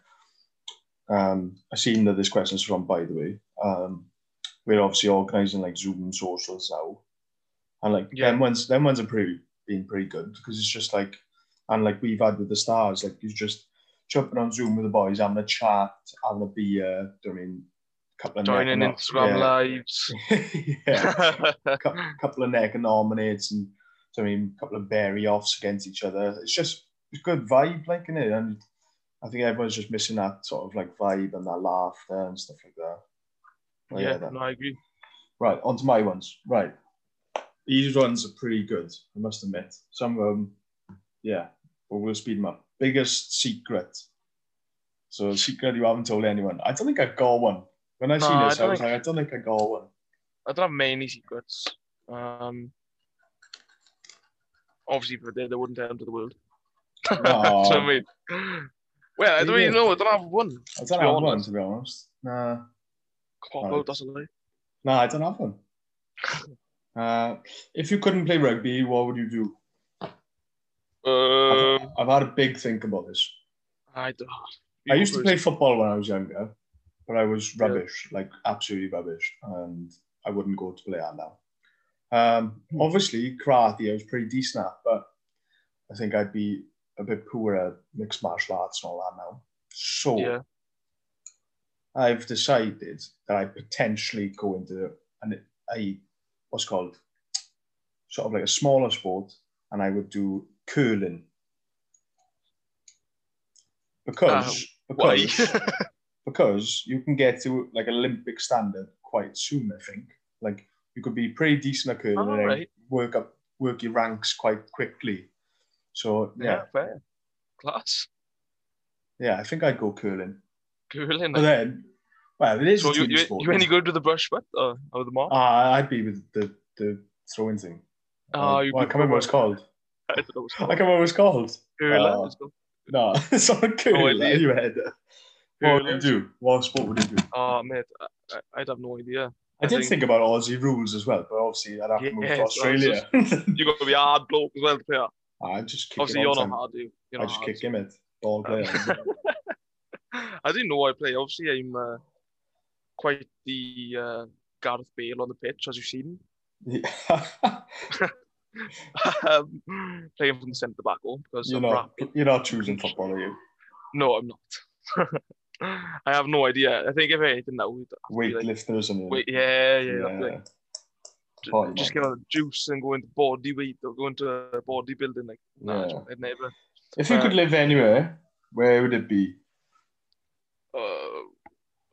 [SPEAKER 2] um, I seen that this question is from, by the way. Um, we're obviously organising like Zoom socials now, and like
[SPEAKER 1] Yeah.
[SPEAKER 2] them ones, them ones are pretty being pretty good because it's just like and like we've had with the stars, like he's just jumping on Zoom with the boys, having a chat, having a beer, do you know what I mean, couple of
[SPEAKER 1] Joining
[SPEAKER 2] neck and-
[SPEAKER 1] Instagram lives.
[SPEAKER 2] yeah. yeah, Cou- couple of neck and nominates, and do you know what I mean, couple of berry offs against each other. It's just it's good vibe, like in it, and I think everyone's just missing that sort of like vibe and that laughter and stuff like that. But
[SPEAKER 1] yeah,
[SPEAKER 2] that-
[SPEAKER 1] no, I agree.
[SPEAKER 2] Right, on to my ones. Right. These ones are pretty good, I must admit. Some of them, yeah, but we'll speed them up. Biggest secret. So, a secret you haven't told anyone. I don't think I got one. When I
[SPEAKER 1] No,
[SPEAKER 2] seen
[SPEAKER 1] I
[SPEAKER 2] this, I,
[SPEAKER 1] don't
[SPEAKER 2] was
[SPEAKER 1] think-
[SPEAKER 2] like, I don't think I got one.
[SPEAKER 1] I don't have many secrets. Um, obviously, if I did, I wouldn't tell them to the world. Do you know what I mean? Well, I
[SPEAKER 2] You
[SPEAKER 1] don't even
[SPEAKER 2] did.
[SPEAKER 1] know. I don't have one.
[SPEAKER 2] I
[SPEAKER 1] To
[SPEAKER 2] don't
[SPEAKER 1] be
[SPEAKER 2] have one,
[SPEAKER 1] honest.
[SPEAKER 2] to be honest. Nah,
[SPEAKER 1] Cop
[SPEAKER 2] Right.
[SPEAKER 1] out, that's a lie.
[SPEAKER 2] nah I don't have one. Uh, if you couldn't play rugby, what would you do? I've-
[SPEAKER 1] Um,
[SPEAKER 2] I've had a big think about this.
[SPEAKER 1] I don't.
[SPEAKER 2] I used to play football when I was younger, but I was rubbish, like absolutely rubbish, and I wouldn't go to play that now. Um, obviously, karate I was pretty decent at, but I think I'd be a bit poor at mixed martial arts and all that now. So
[SPEAKER 1] Yeah,
[SPEAKER 2] I've decided that I potentially go into an a what's called sort of like a smaller sport, and I would do curling because
[SPEAKER 1] Ah, why?
[SPEAKER 2] because because you can get to like Olympic standard quite soon. I think like you could be pretty decent at curling
[SPEAKER 1] Oh,
[SPEAKER 2] and
[SPEAKER 1] right.
[SPEAKER 2] work up work your ranks quite quickly. So
[SPEAKER 1] yeah,
[SPEAKER 2] yeah,
[SPEAKER 1] fair. Class.
[SPEAKER 2] yeah, I think I'd go curling.
[SPEAKER 1] Brilliant.
[SPEAKER 2] But then, well, it is
[SPEAKER 1] so
[SPEAKER 2] a
[SPEAKER 1] you,
[SPEAKER 2] team
[SPEAKER 1] you,
[SPEAKER 2] sport.
[SPEAKER 1] you any good with the brush, what? Or, or the mark?
[SPEAKER 2] Ah, I'd be with the the throwing thing.
[SPEAKER 1] Ah,
[SPEAKER 2] Uh,
[SPEAKER 1] you
[SPEAKER 2] well, I
[SPEAKER 1] could
[SPEAKER 2] can't remember
[SPEAKER 1] go-
[SPEAKER 2] what it's called.
[SPEAKER 1] I don't know what's
[SPEAKER 2] I
[SPEAKER 1] called.
[SPEAKER 2] can't remember what it's called.
[SPEAKER 1] Hurler,
[SPEAKER 2] uh,
[SPEAKER 1] let's go.
[SPEAKER 2] No, it's not curling.
[SPEAKER 1] idea.
[SPEAKER 2] you had. What would
[SPEAKER 1] Hurling. Uh,
[SPEAKER 2] you do? What sport would you do?
[SPEAKER 1] Oh, mate, I, I- I'd have no idea.
[SPEAKER 2] I,
[SPEAKER 1] I
[SPEAKER 2] did
[SPEAKER 1] think-
[SPEAKER 2] think about Aussie rules as well, but obviously I'd have to move
[SPEAKER 1] Yeah,
[SPEAKER 2] to
[SPEAKER 1] so I was
[SPEAKER 2] Australia.
[SPEAKER 1] You've got to be a hard bloke as well to play that.
[SPEAKER 2] I just kick
[SPEAKER 1] Obviously,
[SPEAKER 2] him
[SPEAKER 1] you're
[SPEAKER 2] on
[SPEAKER 1] not
[SPEAKER 2] time.
[SPEAKER 1] hard, do you? You're
[SPEAKER 2] I
[SPEAKER 1] not
[SPEAKER 2] just
[SPEAKER 1] hard.
[SPEAKER 2] kick him it. Ball
[SPEAKER 1] Um,
[SPEAKER 2] player.
[SPEAKER 1] I didn't know I play. Obviously, I'm uh, quite the uh, Gareth Bale on the pitch, as you've seen.
[SPEAKER 2] Yeah.
[SPEAKER 1] um, playing from the centre back home because
[SPEAKER 2] you're
[SPEAKER 1] I'm
[SPEAKER 2] not.
[SPEAKER 1] rapid.
[SPEAKER 2] You're not choosing football, are you?
[SPEAKER 1] No, I'm not. I have no idea. I think if anything, that would have to be like,
[SPEAKER 2] Weightlifters and
[SPEAKER 1] wait, yeah, yeah,
[SPEAKER 2] yeah.
[SPEAKER 1] that'd be like, j-
[SPEAKER 2] Party
[SPEAKER 1] just
[SPEAKER 2] man.
[SPEAKER 1] get on juice and go into body weight or go into bodybuilding. Like, nah,
[SPEAKER 2] Yeah.
[SPEAKER 1] I'd never.
[SPEAKER 2] If you could
[SPEAKER 1] Uh,
[SPEAKER 2] live anywhere, where would it be?
[SPEAKER 1] Uh,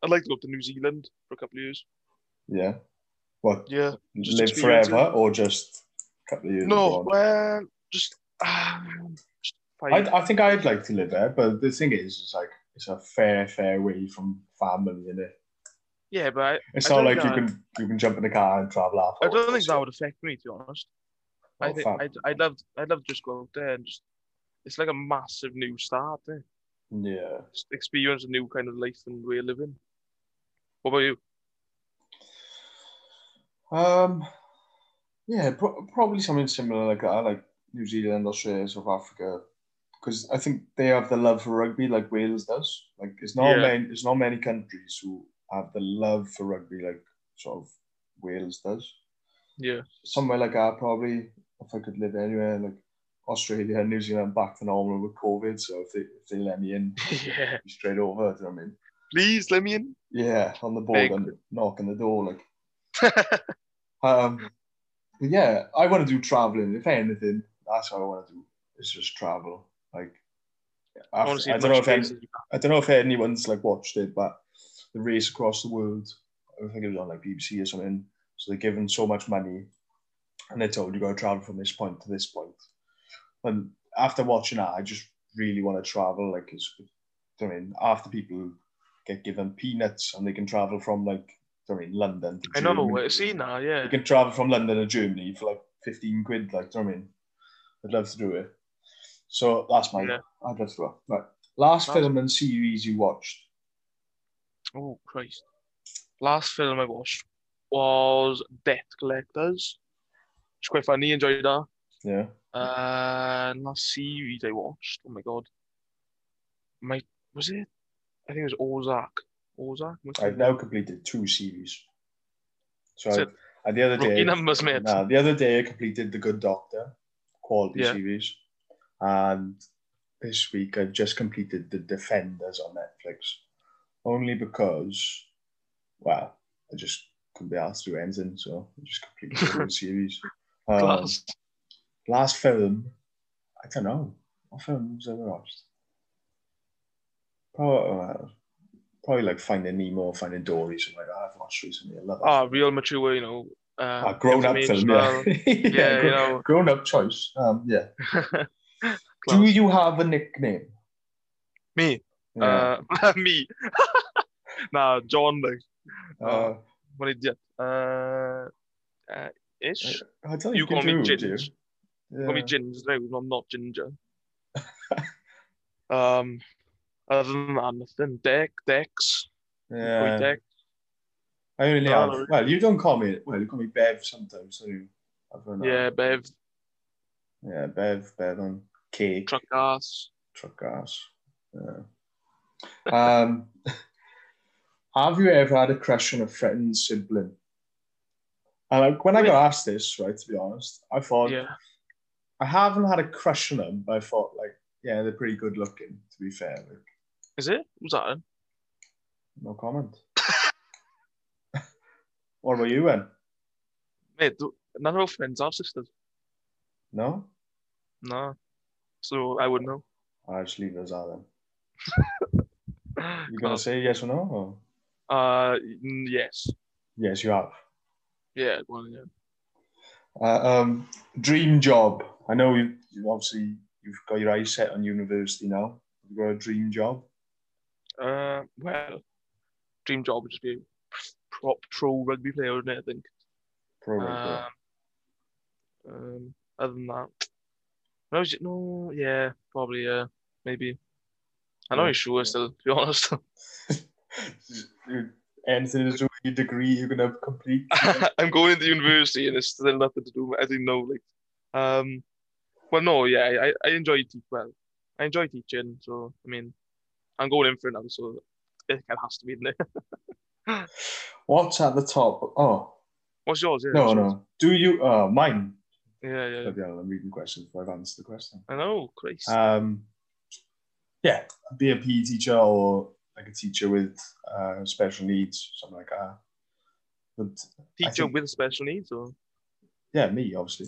[SPEAKER 1] I'd like to go to New Zealand for a couple of years.
[SPEAKER 2] Yeah. What?
[SPEAKER 1] Yeah. just
[SPEAKER 2] live
[SPEAKER 1] experience
[SPEAKER 2] forever or just a couple of years?
[SPEAKER 1] No,
[SPEAKER 2] gone?
[SPEAKER 1] well, just. Um, just
[SPEAKER 2] I,
[SPEAKER 1] find-
[SPEAKER 2] I think I'd like to live there, but the thing is, it's like it's a fair, fair way from family, is it?
[SPEAKER 1] yeah, but I,
[SPEAKER 2] It's
[SPEAKER 1] I
[SPEAKER 2] not
[SPEAKER 1] don't
[SPEAKER 2] like you
[SPEAKER 1] know.
[SPEAKER 2] can you can jump in the car and travel half.
[SPEAKER 1] I don't think that would affect me, to be honest. I
[SPEAKER 2] Oh,
[SPEAKER 1] think
[SPEAKER 2] fab.
[SPEAKER 1] I'd, I'd love I'd love to just go out there and just it's like a massive new start, eh?
[SPEAKER 2] Yeah,
[SPEAKER 1] Just experience a new kind of life and way of living. What about you?
[SPEAKER 2] um, yeah, pro- probably something similar like that, like New Zealand, Australia, South Africa, because I think they have the love for rugby like Wales does. Like it's not
[SPEAKER 1] Yeah.
[SPEAKER 2] many, it's not many countries who have the love for rugby like sort of Wales does.
[SPEAKER 1] Yeah,
[SPEAKER 2] somewhere like that probably if I could live anywhere like Australia, New Zealand back to normal with COVID. So if they if they let me in
[SPEAKER 1] yeah.
[SPEAKER 2] I'd be straight over, do you know what I mean?
[SPEAKER 1] Please let me in.
[SPEAKER 2] Yeah, on the
[SPEAKER 1] Big.
[SPEAKER 2] board and knocking the door like um but yeah, I want to do traveling. If anything, that's what I want to do. It's just travel. Like
[SPEAKER 1] I
[SPEAKER 2] after-
[SPEAKER 1] want to see
[SPEAKER 2] I
[SPEAKER 1] as
[SPEAKER 2] don't know
[SPEAKER 1] much
[SPEAKER 2] if any,
[SPEAKER 1] places. as you can.
[SPEAKER 2] I don't know if anyone's like watched it, but the race across the world, I think it was on like BBC or something. So they're given so much money, and they're told you got to travel from this point to this point. And after watching that, I just really want to travel. Like, it's, I mean, after people get given peanuts and they can travel from like, I mean, London. To
[SPEAKER 1] I know.
[SPEAKER 2] Germany.
[SPEAKER 1] I've seen that. Yeah.
[SPEAKER 2] You can travel from London to Germany for like 15 quid, like, do you know what I mean? I'd love to do it. So that's my,
[SPEAKER 1] Yeah.
[SPEAKER 2] I'd love to do it. Right. Last
[SPEAKER 1] Nice.
[SPEAKER 2] film and series you watched.
[SPEAKER 1] Oh Christ! Last film I watched was Debt Collectors. It's quite funny. Enjoyed that.
[SPEAKER 2] Yeah.
[SPEAKER 1] Uh, and last series I watched. Oh my god. My was it? I think it was Ozark. Ozark. must
[SPEAKER 2] I've
[SPEAKER 1] be.
[SPEAKER 2] now completed two series. So,
[SPEAKER 1] So-
[SPEAKER 2] I, uh, the other
[SPEAKER 1] Rookie
[SPEAKER 2] day,
[SPEAKER 1] numbers, mate.
[SPEAKER 2] nah, the other day I completed The Good Doctor, quality
[SPEAKER 1] Yeah.
[SPEAKER 2] series. And this week I've just completed The Defenders on Netflix. Only because, well, I just couldn't be asked to do anything, so I just completed the whole series. Um,
[SPEAKER 1] Class.
[SPEAKER 2] last film, I don't know. What films have I watched? Probably, uh, probably like Finding Nemo, Finding Dory, something like that. I've watched recently. I love it.
[SPEAKER 1] Ah, real mature, you know. Uh,
[SPEAKER 2] Ah, grown up film, yeah.
[SPEAKER 1] informational.
[SPEAKER 2] yeah,
[SPEAKER 1] you know.
[SPEAKER 2] grown up choice. Um, yeah. Do
[SPEAKER 1] Class.
[SPEAKER 2] you have a nickname?
[SPEAKER 1] Me.
[SPEAKER 2] Yeah.
[SPEAKER 1] Uh, me. nah, John, like,
[SPEAKER 2] Uh,
[SPEAKER 1] what idiot. Uh, uh, ish.
[SPEAKER 2] I don't
[SPEAKER 1] You
[SPEAKER 2] think
[SPEAKER 1] call me
[SPEAKER 2] do, do you?
[SPEAKER 1] Ginge.
[SPEAKER 2] Yeah.
[SPEAKER 1] Call me Ginger. No, I'm not Ginger. um, other than that, nothing. Deck, Dex. Call me
[SPEAKER 2] Yeah.
[SPEAKER 1] Dex.
[SPEAKER 2] I only
[SPEAKER 1] No,
[SPEAKER 2] have.
[SPEAKER 1] no.
[SPEAKER 2] Well, you don't call me. Well, you call me Bev sometimes. So you, I've run out.
[SPEAKER 1] Yeah, Bev.
[SPEAKER 2] Yeah, Bev, Bev, and K.
[SPEAKER 1] Truck ass.
[SPEAKER 2] truck guys. Yeah. Um, have you ever had a crush on a friend sibling? And like, when I got asked this, right, to be honest, I thought
[SPEAKER 1] Yeah.
[SPEAKER 2] I haven't had a crush on them, but I thought like, yeah, they're pretty good looking. To be fair, like,
[SPEAKER 1] Is it? Was that it?
[SPEAKER 2] no comment. what about you, then?
[SPEAKER 1] Mate, th- none of our friends are sisters.
[SPEAKER 2] No,
[SPEAKER 1] No. So I would know.
[SPEAKER 2] I just leave it as that. Then you gonna
[SPEAKER 1] Class.
[SPEAKER 2] say yes or no? Or?
[SPEAKER 1] Uh, mm, yes.
[SPEAKER 2] Yes, you have.
[SPEAKER 1] Yeah, well, yeah.
[SPEAKER 2] Uh, um, dream job. I know you, you obviously you've got your eyes set on university now. You've got a dream job.
[SPEAKER 1] Uh, well, dream job would just be a pro, pro rugby player, wouldn't it? I think.
[SPEAKER 2] Probably.
[SPEAKER 1] Um, um, other than that, no, is it- no, yeah, probably, yeah, maybe. I'm
[SPEAKER 2] Yeah.
[SPEAKER 1] not sure still, to be honest.
[SPEAKER 2] You- Anything to do with your degree you're gonna complete.
[SPEAKER 1] I'm going into university and it's still nothing to do. I didn't know like, um, well no, yeah, I, I enjoy teach well, I enjoy teaching. So I mean, I'm going in for another, so it kind of has to be in there.
[SPEAKER 2] What's at the top? Oh
[SPEAKER 1] What's yours? Yeah,
[SPEAKER 2] no
[SPEAKER 1] what's yours?
[SPEAKER 2] no. Do you? Oh mine.
[SPEAKER 1] Yeah, yeah, yeah.
[SPEAKER 2] Bloody hell, I'm reading questions, but I've answered the question.
[SPEAKER 1] I know, Christ.
[SPEAKER 2] Um, yeah, be a PE teacher or like a teacher with uh, special needs, something like that. But
[SPEAKER 1] Teacher
[SPEAKER 2] think-
[SPEAKER 1] with special needs, or
[SPEAKER 2] yeah, me obviously.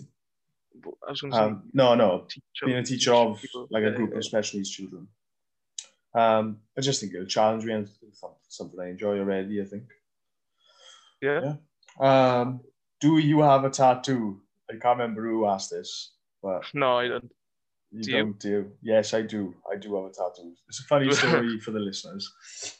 [SPEAKER 1] I was going to say
[SPEAKER 2] Um, no, no,
[SPEAKER 1] teacher.
[SPEAKER 2] being a teacher of
[SPEAKER 1] people.
[SPEAKER 2] like
[SPEAKER 1] Yeah,
[SPEAKER 2] a group
[SPEAKER 1] yeah,
[SPEAKER 2] of special needs children. Um, I just think it'll challenge me and it's some- something I enjoy already. I think.
[SPEAKER 1] Yeah.
[SPEAKER 2] Um, do you have a tattoo? I can't remember who asked this, but
[SPEAKER 1] No, I don't.
[SPEAKER 2] You
[SPEAKER 1] Do you?
[SPEAKER 2] don't do. Yes, I do. I do have a tattoo. It's a funny story for the listeners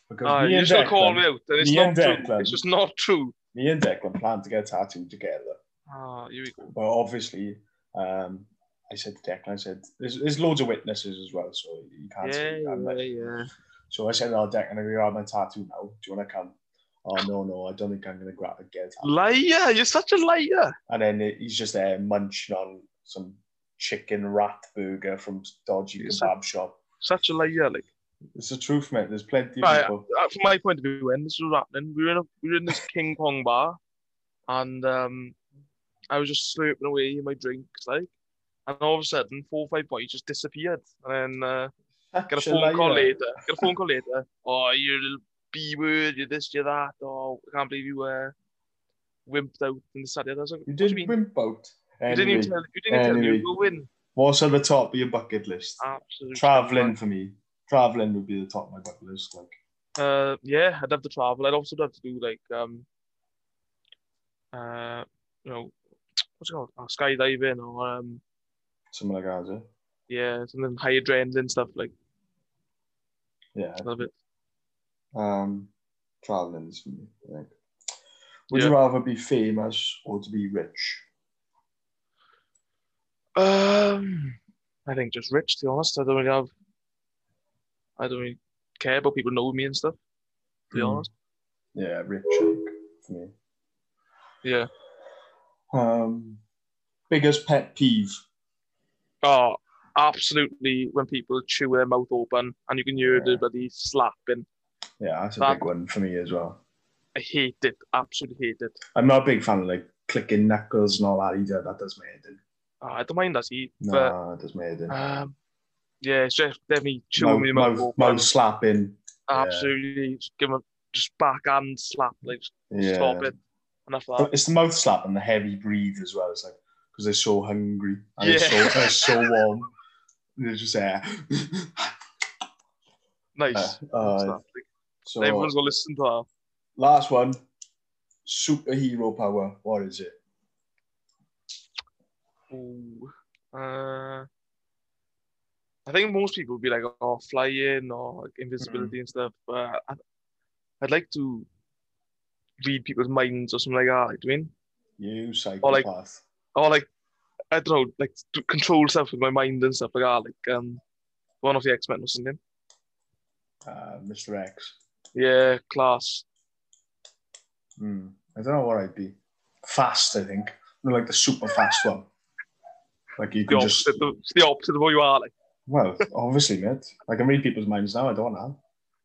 [SPEAKER 2] because
[SPEAKER 1] Ah,
[SPEAKER 2] me,
[SPEAKER 1] you
[SPEAKER 2] and
[SPEAKER 1] still call
[SPEAKER 2] Declan,
[SPEAKER 1] me out, and it's
[SPEAKER 2] me
[SPEAKER 1] not
[SPEAKER 2] and
[SPEAKER 1] true.
[SPEAKER 2] Declan.
[SPEAKER 1] It's just not true.
[SPEAKER 2] me and Declan planned to get a tattoo together,
[SPEAKER 1] Ah, here we go.
[SPEAKER 2] but obviously, um, I said to Declan, I said, "There's, there's loads of witnesses as well, so you can't
[SPEAKER 1] Yeah,
[SPEAKER 2] see." I'm
[SPEAKER 1] yeah,
[SPEAKER 2] like-
[SPEAKER 1] yeah.
[SPEAKER 2] So I said, "Oh, Declan, I grab my tattoo now. Do you want to come?" Oh no, no, I don't think I'm gonna grab get a tattoo.
[SPEAKER 1] Liar! You're such a liar.
[SPEAKER 2] and then he's just there munching on some chicken rat burger from dodgy
[SPEAKER 1] Yes,
[SPEAKER 2] kebab shop.
[SPEAKER 1] Such a liar. Like
[SPEAKER 2] It's the truth, mate. There's plenty of
[SPEAKER 1] Right,
[SPEAKER 2] people.
[SPEAKER 1] uh, from my point of view, when this was happening, we were in a, we were in this King Kong bar, and um, I was just slurping away my drinks, like, and all of a sudden, four or five boys just disappeared, and then. Uh, Get a
[SPEAKER 2] Such
[SPEAKER 1] phone call
[SPEAKER 2] liar.
[SPEAKER 1] later. Get a phone call later. Oh, you're a little B word, you're this, you're that. Oh, I can't believe you were wimped out in the Saturday. I was like,
[SPEAKER 2] You
[SPEAKER 1] what do you
[SPEAKER 2] did
[SPEAKER 1] mean?
[SPEAKER 2] wimp out.
[SPEAKER 1] You
[SPEAKER 2] Anyway,
[SPEAKER 1] didn't even tell, you didn't even tell me Ah,
[SPEAKER 2] anyway.
[SPEAKER 1] you were win.
[SPEAKER 2] What's at the top of your bucket list?
[SPEAKER 1] Absolutely.
[SPEAKER 2] Traveling for me. Traveling would be the top of my bucket list. Like,
[SPEAKER 1] Uh, yeah, I'd have to travel. I'd also have to do like, um, uh, you know, what's it called? Oh, skydiving or, um,
[SPEAKER 2] something like that. is it?
[SPEAKER 1] yeah, something high adrenaline stuff. Like,
[SPEAKER 2] Yeah.
[SPEAKER 1] love it.
[SPEAKER 2] Um, traveling is for me. I think. Would
[SPEAKER 1] Yeah.
[SPEAKER 2] you rather be famous or to be rich?
[SPEAKER 1] Um, I think just rich, to be honest. I don't really have, I don't really care about people knowing me and stuff, to be
[SPEAKER 2] Hmm.
[SPEAKER 1] honest.
[SPEAKER 2] Yeah, rich I think, for me.
[SPEAKER 1] Yeah.
[SPEAKER 2] Um, biggest pet peeve.
[SPEAKER 1] Oh, absolutely. When people chew with their mouth open and you can hear
[SPEAKER 2] Yeah.
[SPEAKER 1] the bloody slapping,
[SPEAKER 2] Yeah, that's a
[SPEAKER 1] That-
[SPEAKER 2] big one for me as well.
[SPEAKER 1] I hate it. Absolutely hate it.
[SPEAKER 2] I'm not a big fan of like clicking knuckles and all that either. That does my head in.
[SPEAKER 1] Oh, I don't mind that heat,
[SPEAKER 2] No,
[SPEAKER 1] but
[SPEAKER 2] that does my head in.
[SPEAKER 1] um, yeah, it's just definitely chewing with your
[SPEAKER 2] Mouth-
[SPEAKER 1] mouth
[SPEAKER 2] mouth-
[SPEAKER 1] open.
[SPEAKER 2] mouth slapping. yeah.
[SPEAKER 1] Absolutely, just give 'em a just backhand slap, like just
[SPEAKER 2] Yeah.
[SPEAKER 1] stop it. Enough of that.
[SPEAKER 2] But it's the mouth slap and the heavy breathe as well. It's like because they're so hungry and it's
[SPEAKER 1] Yeah.
[SPEAKER 2] so it's so warm. They're just there.
[SPEAKER 1] Nice.
[SPEAKER 2] uh,
[SPEAKER 1] Slap.
[SPEAKER 2] so
[SPEAKER 1] Everyone's gonna listen to that.
[SPEAKER 2] last one, superhero power. What is it?
[SPEAKER 1] Ooh. Uh, I think most people would be like, oh, flying or like,
[SPEAKER 2] Mm.
[SPEAKER 1] invisibility and stuff. But I, I'd like to read people's minds or something like that. You know what I mean?
[SPEAKER 2] You psychopath.
[SPEAKER 1] like- Or like, I don't know, like to control stuff with my mind and stuff like that. Like um, one of the X Men or something.
[SPEAKER 2] uh, Mr. X.
[SPEAKER 1] Yeah, class.
[SPEAKER 2] Hmm. I don't know what I'd be. Fast, I think. I'm like the super fast one. Like you
[SPEAKER 1] The
[SPEAKER 2] can just
[SPEAKER 1] opposite, the, the opposite of what you are. Like,
[SPEAKER 2] well, obviously, mate. I can read people's minds now. I don't want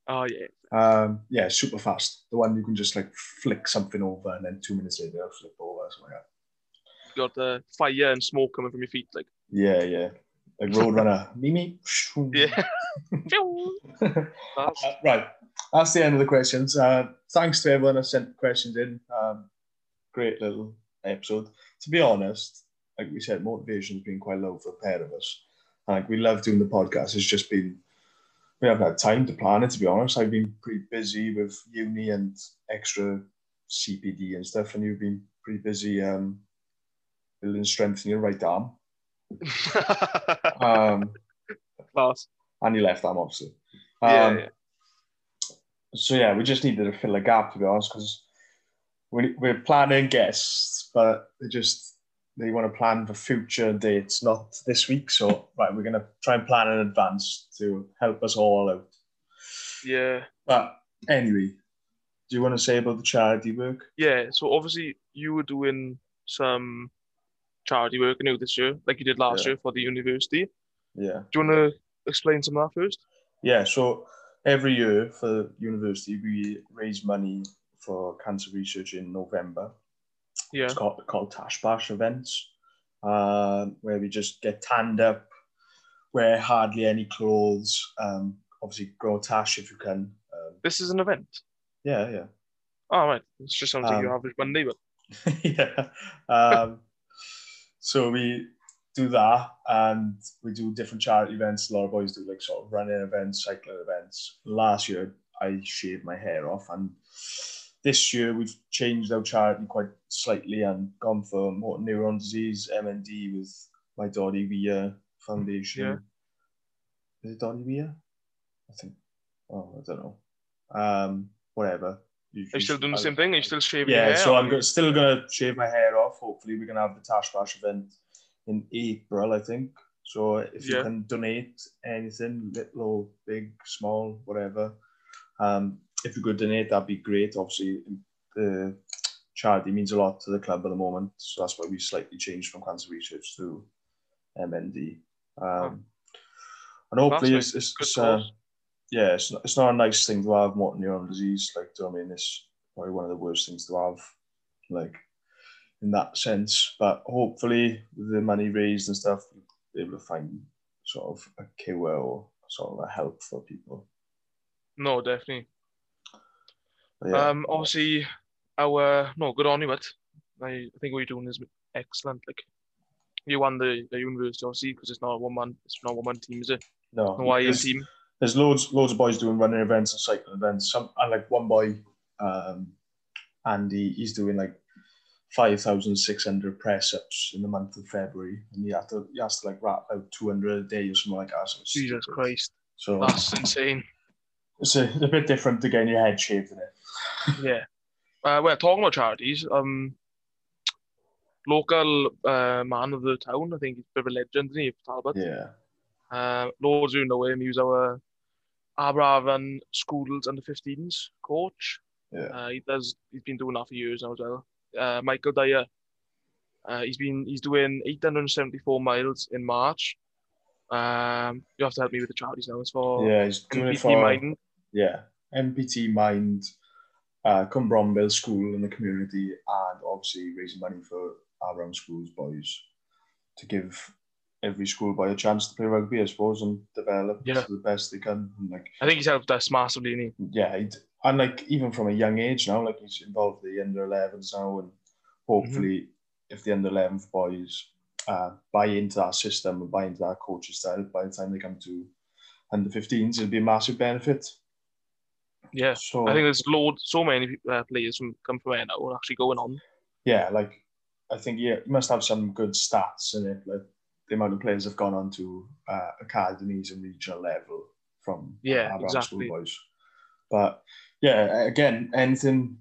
[SPEAKER 2] that.
[SPEAKER 1] oh yeah,
[SPEAKER 2] Um, yeah, super fast. The one you can just like flick something over and then two minutes later it'll flip over or something like that.
[SPEAKER 1] you got the fire and smoke coming from your feet. Like,
[SPEAKER 2] Yeah, yeah. Like Roadrunner. me, me.
[SPEAKER 1] yeah. Class.
[SPEAKER 2] Uh, right. That's the end of the questions. Uh, thanks to everyone who sent questions in. Um, great little episode. To be honest, like we said, motivation's been quite low for a pair of us. Like we love doing the podcast. It's just been we haven't had time to plan it. To be honest, I've been pretty busy with uni and extra CPD and stuff, and you've been pretty busy um, building strength in your right arm um,
[SPEAKER 1] class.
[SPEAKER 2] and your left arm, obviously. Um,
[SPEAKER 1] Yeah, yeah.
[SPEAKER 2] so yeah, we just needed to fill a gap to be honest, because we, we're planning guests, but they just they want to plan for future dates, not this week. So right, we're gonna try and plan in advance to help us all out.
[SPEAKER 1] yeah.
[SPEAKER 2] But anyway, do you want to say about the charity work?
[SPEAKER 1] Yeah, so obviously you were doing some charity work, you know, this year, like you did last
[SPEAKER 2] Yeah.
[SPEAKER 1] year for the university.
[SPEAKER 2] Yeah.
[SPEAKER 1] Do you want to explain some of that first?
[SPEAKER 2] Yeah, so every year for university, we raise money for cancer research in November.
[SPEAKER 1] Yeah,
[SPEAKER 2] It's called, called Tash Bash events, um, where we just get tanned up, wear hardly any clothes, um, obviously grow tash if you can. Um,
[SPEAKER 1] this is an event.
[SPEAKER 2] yeah, yeah.
[SPEAKER 1] All right, it's just sounds like your
[SPEAKER 2] Um,
[SPEAKER 1] average Monday, but
[SPEAKER 2] yeah. Um, so we do that and we do different charity events. A lot of boys do like sort of running events, cycling events. Last year I shaved my hair off and this year we've changed our charity quite slightly and gone for motor neuron disease, MND with my Dottie Weir Foundation.
[SPEAKER 1] Yeah.
[SPEAKER 2] Is it Dottie Weir? I think. Oh, I don't know. Um, whatever.
[SPEAKER 1] are you still doing the same thing? Are you still shaving your
[SPEAKER 2] Yeah,
[SPEAKER 1] hair?
[SPEAKER 2] so
[SPEAKER 1] or-
[SPEAKER 2] I'm go- still gonna shave my hair off. Hopefully, we're gonna have the Tash Bash event in April, I think. So if you
[SPEAKER 1] Yeah.
[SPEAKER 2] can donate anything, little, big, small, whatever, um, if you could donate, that'd be great. Obviously, the charity means a lot to the club at the moment, so that's why we slightly changed from cancer research to MND. Um, and hopefully,
[SPEAKER 1] That's
[SPEAKER 2] it's, it's,
[SPEAKER 1] good
[SPEAKER 2] it's, uh,
[SPEAKER 1] cause.
[SPEAKER 2] yeah, it's not, it's not a nice thing to have motor neuron disease. Like, do you know what I mean? It's probably one of the worst things to have, like, in that sense. But hopefully, with the money raised and stuff, we'll be able to find sort of a cure or sort of a help for people.
[SPEAKER 1] No, definitely.
[SPEAKER 2] But yeah,
[SPEAKER 1] Um, obviously, our no, good on you, but I, I think what you're doing is excellent. Like, you won the, the university, obviously, because it's not a one man, it's not a one man team, is it?
[SPEAKER 2] no,
[SPEAKER 1] No, I
[SPEAKER 2] there's-
[SPEAKER 1] team.
[SPEAKER 2] there's loads loads of boys doing running events and cycling events. Some and like one boy, um, Andy, he's doing like five thousand six hundred press ups in the month of February, and he had to he has to like wrap out two hundred a day or something like that. So it's
[SPEAKER 1] Jesus
[SPEAKER 2] stupid.
[SPEAKER 1] Christ,
[SPEAKER 2] So
[SPEAKER 1] that's insane.
[SPEAKER 2] it's a, it's a bit different to getting your head shaved in it.
[SPEAKER 1] Yeah. Uh, well, talking about charities, um, local uh, man of the town, I think he's a bit of a legend, isn't he, Talbot?
[SPEAKER 2] Yeah,
[SPEAKER 1] Uh, loads who know him. He was our Abravan Schools under 15s coach.
[SPEAKER 2] Yeah.
[SPEAKER 1] Uh, he does. He's been doing that for years now as well. Uh, Michael Dyer. Uh, he's been. He's doing 874 miles in March. Um, you have to help me with the charities now. It's for
[SPEAKER 2] yeah, he's doing it
[SPEAKER 1] NPT
[SPEAKER 2] for
[SPEAKER 1] Mind.
[SPEAKER 2] yeah MPT Mind, uh, Cumbromville School and the community, and obviously raising money for Abraham School's boys to give every schoolboy a chance to play rugby, I suppose, and develop
[SPEAKER 1] Yeah.
[SPEAKER 2] to the best they can. And like,
[SPEAKER 1] I think he's helped us massively. Isn't he?
[SPEAKER 2] yeah, he'd, and like even from a young age now, like he's involved with the under 11s now, and hopefully,
[SPEAKER 1] Mm-hmm.
[SPEAKER 2] if the under 11 boys uh, buy into that system and buy into that coaching style, by the time they come to under 15s, it'll be a massive benefit.
[SPEAKER 1] Yeah.
[SPEAKER 2] So
[SPEAKER 1] I think there's loads, so many uh, players from come from there now are actually going on.
[SPEAKER 2] yeah, like I think yeah, you must have some good stats in it. Like the amount of players have gone on to uh, academies and regional level from uh,
[SPEAKER 1] Yeah,
[SPEAKER 2] Aberdeen
[SPEAKER 1] exactly.
[SPEAKER 2] Schoolboys. But yeah, again, anything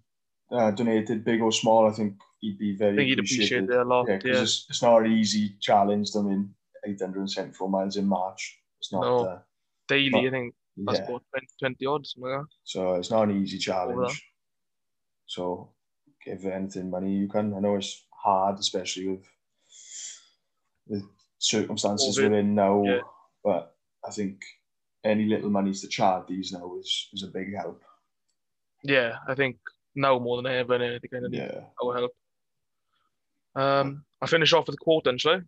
[SPEAKER 2] uh, donated, big or small, I think he'd be very
[SPEAKER 1] I think he'd
[SPEAKER 2] appreciated.
[SPEAKER 1] appreciate it a lot.
[SPEAKER 2] Yeah,
[SPEAKER 1] Yeah.
[SPEAKER 2] because it's, it's not an easy challenge. I mean, 874 miles in March. It's not.
[SPEAKER 1] No,
[SPEAKER 2] uh,
[SPEAKER 1] Daily, I think that's
[SPEAKER 2] yeah.
[SPEAKER 1] what 20, 20 odd, something like that.
[SPEAKER 2] So it's not an easy challenge.
[SPEAKER 1] Overall.
[SPEAKER 2] So give anything money you can. I know it's hard, especially with the circumstances
[SPEAKER 1] Covid,
[SPEAKER 2] we're in now.
[SPEAKER 1] yeah.
[SPEAKER 2] But I think any little monies to charities now is, is a big help.
[SPEAKER 1] Yeah, I think now more than ever, er and they kind of need
[SPEAKER 2] Yeah.
[SPEAKER 1] our help. Um, I'll finish off with a quote then, shall I?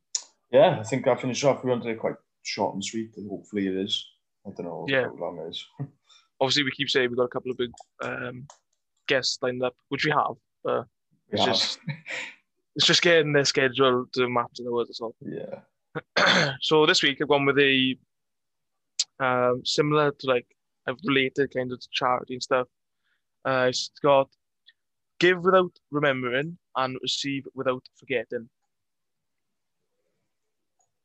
[SPEAKER 2] Yeah, I think I finished off. We wanted it quite short and sweet, and hopefully it is. I don't know
[SPEAKER 1] Yeah.
[SPEAKER 2] how long it is.
[SPEAKER 1] Obviously, we keep saying we've got a couple of big um, guests lined up, which we have. It's
[SPEAKER 2] Yeah.
[SPEAKER 1] just it's just getting their schedule to match the words all.
[SPEAKER 2] yeah.
[SPEAKER 1] so this week I've gone with a um, similar to like a related kind of charity and stuff. Uh, it's got give without remembering and receive without forgetting.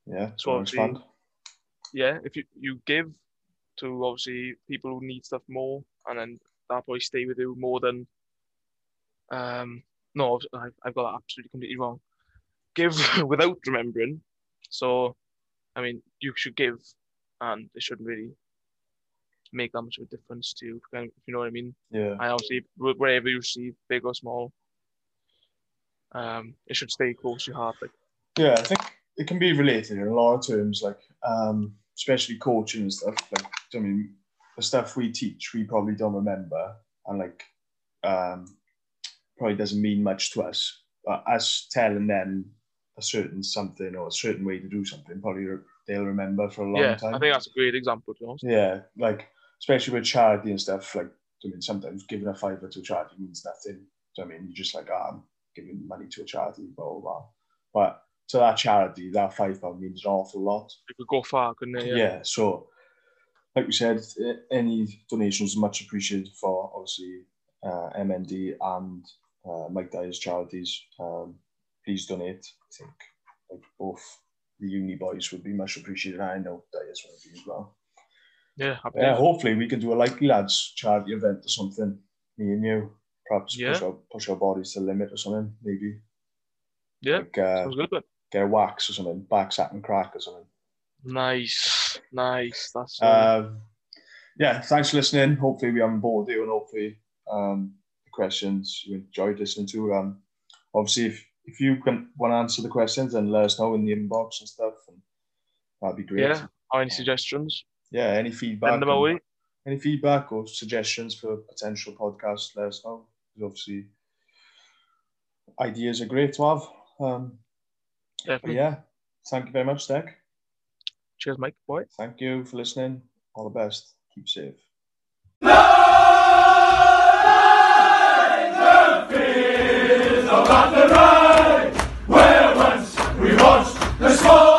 [SPEAKER 2] Yeah.
[SPEAKER 1] So
[SPEAKER 2] wanna
[SPEAKER 1] obviously-
[SPEAKER 2] expand?
[SPEAKER 1] yeah, if you, you give to obviously people who need stuff more, and then that probably stay with you more than. Um, no, I've- I've, I've got that absolutely completely wrong. Give without remembering. So, I mean, you should give, and it shouldn't really make that much of a difference to you. If you know what I mean?
[SPEAKER 2] Yeah.
[SPEAKER 1] And obviously, wh- wherever you see, big or small, um, it should stay close to your heart. Like,
[SPEAKER 2] Yeah, I think it can be related in a lot of terms, like um, especially coaching and stuff. Like, I mean, the stuff we teach, we probably don't remember, and like, um, probably doesn't mean much to us. But us telling them a certain something or a certain way to do something, probably re- they'll remember for a long
[SPEAKER 1] yeah,
[SPEAKER 2] time.
[SPEAKER 1] I think that's a great example. To be honest.
[SPEAKER 2] Yeah, like especially with charity and stuff. Like, I mean, sometimes giving a fiver to a charity means nothing. Do you know what I mean, you're just like, ah, I'm giving money to a charity, blah blah blah. But to that charity, that five pound means an awful lot.
[SPEAKER 1] It could go far, couldn't it?
[SPEAKER 2] Yeah. so, like we said, eh, any donations are much appreciated for obviously uh, MND and uh, Mike Dyer's charities. Um, please donate. I think like both the uni boys would be much appreciated. I know Dyer's would be as well.
[SPEAKER 1] Yeah, I believe
[SPEAKER 2] Yeah, hopefully we can do a likely lads charity event or something. Me and you, perhaps push,
[SPEAKER 1] Yeah.
[SPEAKER 2] our, push our bodies to the limit or something. Maybe
[SPEAKER 1] Yeah.
[SPEAKER 2] like uh,
[SPEAKER 1] sounds good. But
[SPEAKER 2] get a wax or something, back sack and crack or something.
[SPEAKER 1] nice, nice. That's uh,
[SPEAKER 2] Um, yeah, thanks for listening. Hopefully we haven't bored you, and hopefully um, the questions you enjoyed listening to. Um, obviously, if if you can want to answer the questions, then let us know in the inbox and stuff, and that'd be great.
[SPEAKER 1] Yeah. Are any suggestions?
[SPEAKER 2] Yeah, any feedback?
[SPEAKER 1] Send them
[SPEAKER 2] and-
[SPEAKER 1] away.
[SPEAKER 2] any feedback or suggestions for potential podcasts, let us know. 'Cause Obviously, ideas are great to have. Um, but
[SPEAKER 1] Definitely.
[SPEAKER 2] yeah, thank you very much, Deck.
[SPEAKER 1] Cheers, Mike. Boy.
[SPEAKER 2] Thank you for listening. All the best. Keep safe.
[SPEAKER 3] Where once we watched the snow